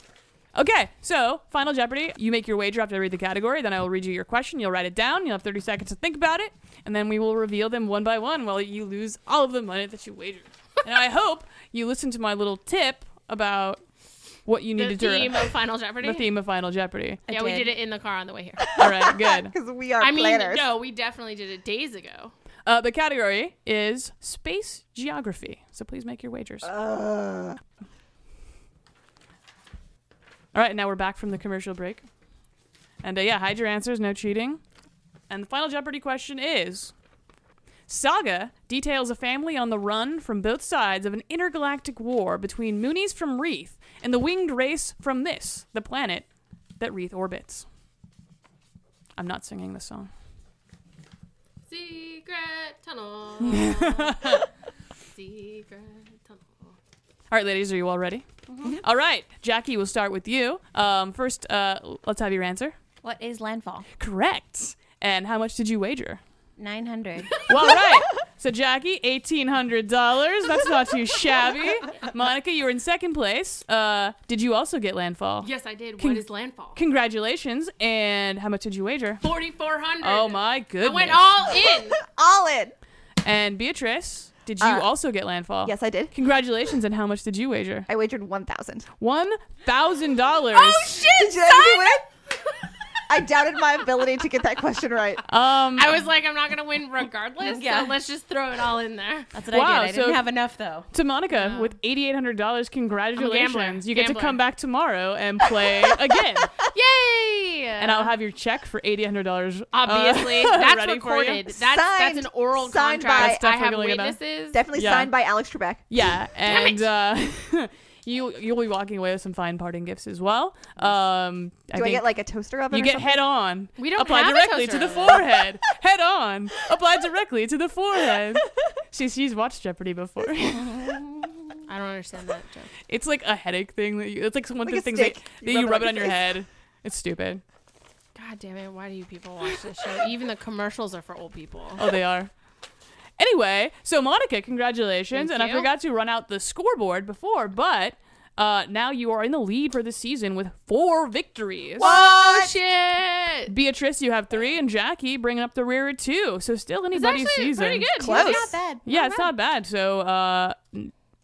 Speaker 2: Okay, so Final Jeopardy, you make your wager after I read the category, then I will read you your question. You'll write it down. You'll have thirty seconds to think about it, and then we will reveal them one by one while you lose all of the money that you
Speaker 4: *laughs*
Speaker 2: wagered. and I hope you listen to my little tip about what you need to
Speaker 4: the
Speaker 2: do.
Speaker 4: theme of Final Jeopardy.
Speaker 2: the theme of Final Jeopardy.
Speaker 5: I
Speaker 4: Yeah, we
Speaker 5: did.
Speaker 4: did it in the car on the way here.
Speaker 2: All
Speaker 4: *laughs*
Speaker 2: right, good.
Speaker 3: Because we are
Speaker 4: I mean,
Speaker 3: planners.
Speaker 4: no, we definitely did it days ago.
Speaker 2: Uh, the category is space geography. So please make your wagers. All right, now we're back from the commercial break. And uh, yeah, hide your answers, no cheating. And the final Jeopardy question is Saga details a family on the run from both sides of an intergalactic war between Moonies from Wreath and the winged race from this, the planet that Wreath orbits. I'm not singing this song.
Speaker 4: Secret *laughs* tunnel. Secret tunnel.
Speaker 2: All right, ladies, are you all ready? All right, Jackie, we'll start with you. Um, first, uh, let's have your answer.
Speaker 5: What is landfall?
Speaker 2: Correct. And how much did you wager?
Speaker 5: Nine hundred.
Speaker 2: Well, all right. So, Jackie, $1,800. That's not too shabby. Monica, you were in second place. Uh, did you also get landfall?
Speaker 4: Yes, I did.
Speaker 2: Con-
Speaker 4: what is landfall?
Speaker 2: Congratulations. And how much did you wager?
Speaker 4: Forty-four hundred.
Speaker 2: Oh, my
Speaker 4: I
Speaker 2: goodness.
Speaker 4: went all in.
Speaker 3: All in.
Speaker 2: and Beatrice, did you
Speaker 3: Uh,
Speaker 2: also get landfall?
Speaker 3: Yes, I did.
Speaker 2: Congratulations. And how much did you wager?
Speaker 3: I Oh, wagered 1000
Speaker 2: $1,000.
Speaker 3: Did I do it? I doubted my ability to get that question
Speaker 2: *laughs*
Speaker 3: right.
Speaker 2: um,
Speaker 4: I was like, I'm not
Speaker 2: *laughs*
Speaker 4: gonna win regardless.
Speaker 5: Yeah.
Speaker 4: So let's just throw it all in there.
Speaker 5: That's what
Speaker 2: Wow,
Speaker 5: I did. I didn't
Speaker 2: so-
Speaker 5: have enough though.
Speaker 2: to Monica with eighty eight hundred dollars. Congratulations! You get to
Speaker 4: Gambler.
Speaker 2: come back tomorrow and
Speaker 4: *laughs*
Speaker 2: play again,
Speaker 4: *laughs* Yay!
Speaker 2: and I'll have your check for eighty eight hundred dollars. uh, *laughs*
Speaker 4: obviously that's
Speaker 2: ready for you.
Speaker 4: recorded. That's that's
Speaker 3: Signed-
Speaker 4: an oral
Speaker 3: signed
Speaker 4: contract.
Speaker 2: by-
Speaker 4: I
Speaker 2: That's
Speaker 4: have
Speaker 2: definitely gonna-
Speaker 4: witnesses.
Speaker 3: Definitely
Speaker 2: Yeah.
Speaker 3: signed by Alex Trebek.
Speaker 2: yeah, and
Speaker 4: it.
Speaker 2: uh, *laughs* you you'll be walking away with some fine parting gifts as well. Um,
Speaker 3: Do
Speaker 2: I
Speaker 3: I,
Speaker 2: think
Speaker 3: get like a toaster oven?
Speaker 2: you
Speaker 3: or
Speaker 2: get
Speaker 3: something?
Speaker 2: head on.
Speaker 4: We don't
Speaker 2: apply
Speaker 4: have a
Speaker 2: directly to
Speaker 4: toaster
Speaker 2: the
Speaker 4: oven. *laughs*
Speaker 2: forehead. head on.
Speaker 4: *laughs*
Speaker 2: Apply directly to the forehead. She she's watched Jeopardy before.
Speaker 4: I don't understand that joke.
Speaker 2: It's like a headache thing that you. It's like one of
Speaker 3: Like
Speaker 2: the
Speaker 3: a
Speaker 2: things that,
Speaker 3: stick.
Speaker 2: that
Speaker 3: You
Speaker 2: you rub it on your
Speaker 3: face.
Speaker 2: head. It's stupid.
Speaker 4: God damn it! Why do you people watch this show? Even the commercials are for old people.
Speaker 2: Oh, they are. Anyway, so Monica, congratulations.
Speaker 4: Thank
Speaker 2: and I
Speaker 4: you.
Speaker 2: forgot to run out the scoreboard before, but uh, now you are in the lead for this season with four victories.
Speaker 4: Oh shit!
Speaker 2: Beatrice, you have three, and Jackie bringing up the rear at two. So still
Speaker 4: It's
Speaker 2: anybody's
Speaker 4: actually
Speaker 2: season.
Speaker 4: pretty good.
Speaker 3: Close.
Speaker 4: Yeah,
Speaker 5: Not bad.
Speaker 2: Yeah, it's not bad. So, uh,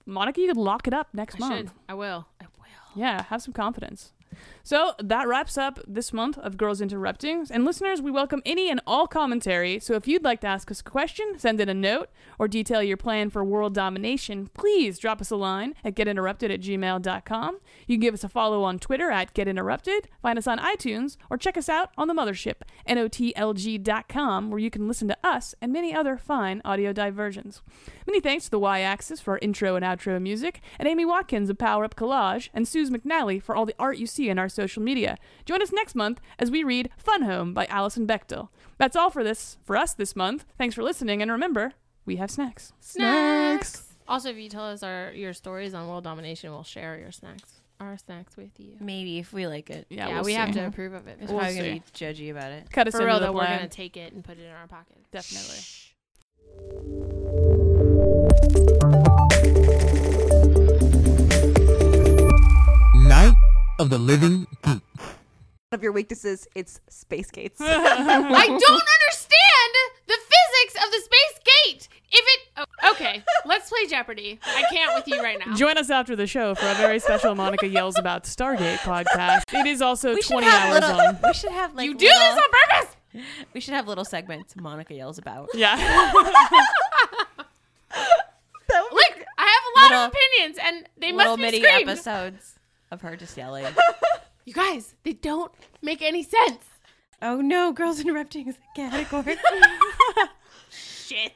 Speaker 2: Monica, you could lock it up next
Speaker 4: I
Speaker 2: month.
Speaker 4: should. I will. I will.
Speaker 2: Yeah, have some confidence. So that wraps up this month of Girls Interrupting. And listeners, we welcome any and all commentary. So if you'd like to ask us a question, send in a note, or detail your plan for world domination, please drop us a line at getinterrupted at gmail.com. You can give us a follow on Twitter at getinterrupted, find us on iTunes, or check us out on the mothership, notlg.com, where you can listen to us and many other fine audio diversions. Many thanks to the Y Axis for our intro and outro music, and Amy Watkins of Power Up Collage, and Suze McNally for all the art you see in our social media. Join us next month as we read Fun Home by Alison Bechtel. That's all for this for us this month. Thanks for listening, and remember, we have snacks.
Speaker 4: Snacks. Also, if you tell us our your stories on world domination, we'll share your snacks, our snacks with you.
Speaker 5: Maybe if we like it.
Speaker 4: Yeah,
Speaker 2: we'll
Speaker 4: we have
Speaker 2: see.
Speaker 4: to approve of it.
Speaker 5: It's
Speaker 2: We'll
Speaker 5: probably gonna
Speaker 2: see.
Speaker 5: be judgy about it.
Speaker 2: cut us
Speaker 4: For
Speaker 2: into
Speaker 4: real
Speaker 2: the
Speaker 4: though, we're
Speaker 2: plan.
Speaker 4: gonna take it and put it in our pocket.
Speaker 2: Definitely.
Speaker 6: Night of the Living Geek.
Speaker 3: One of your weaknesses, it's space
Speaker 2: *laughs*
Speaker 3: gates.
Speaker 4: I don't understand the physics of the space gate. If it oh, okay, let's play Jeopardy. I can't with you right now.
Speaker 2: Join us after the show for a very special Monica Yells About Stargate podcast. It is also 20 hours
Speaker 5: little.
Speaker 2: long.
Speaker 5: *laughs* We should have like
Speaker 4: you do this on purpose.
Speaker 5: We should have little segments Monica yells about.
Speaker 4: *laughs*
Speaker 2: Yeah.
Speaker 4: Look, I have a lot of
Speaker 5: Little-
Speaker 4: opinions, and they
Speaker 5: little
Speaker 4: must be
Speaker 5: mini
Speaker 4: screamed.
Speaker 5: episodes of her just yelling.
Speaker 4: You guys, they don't make any sense.
Speaker 5: oh no, girls interrupting is a category.
Speaker 4: Shit.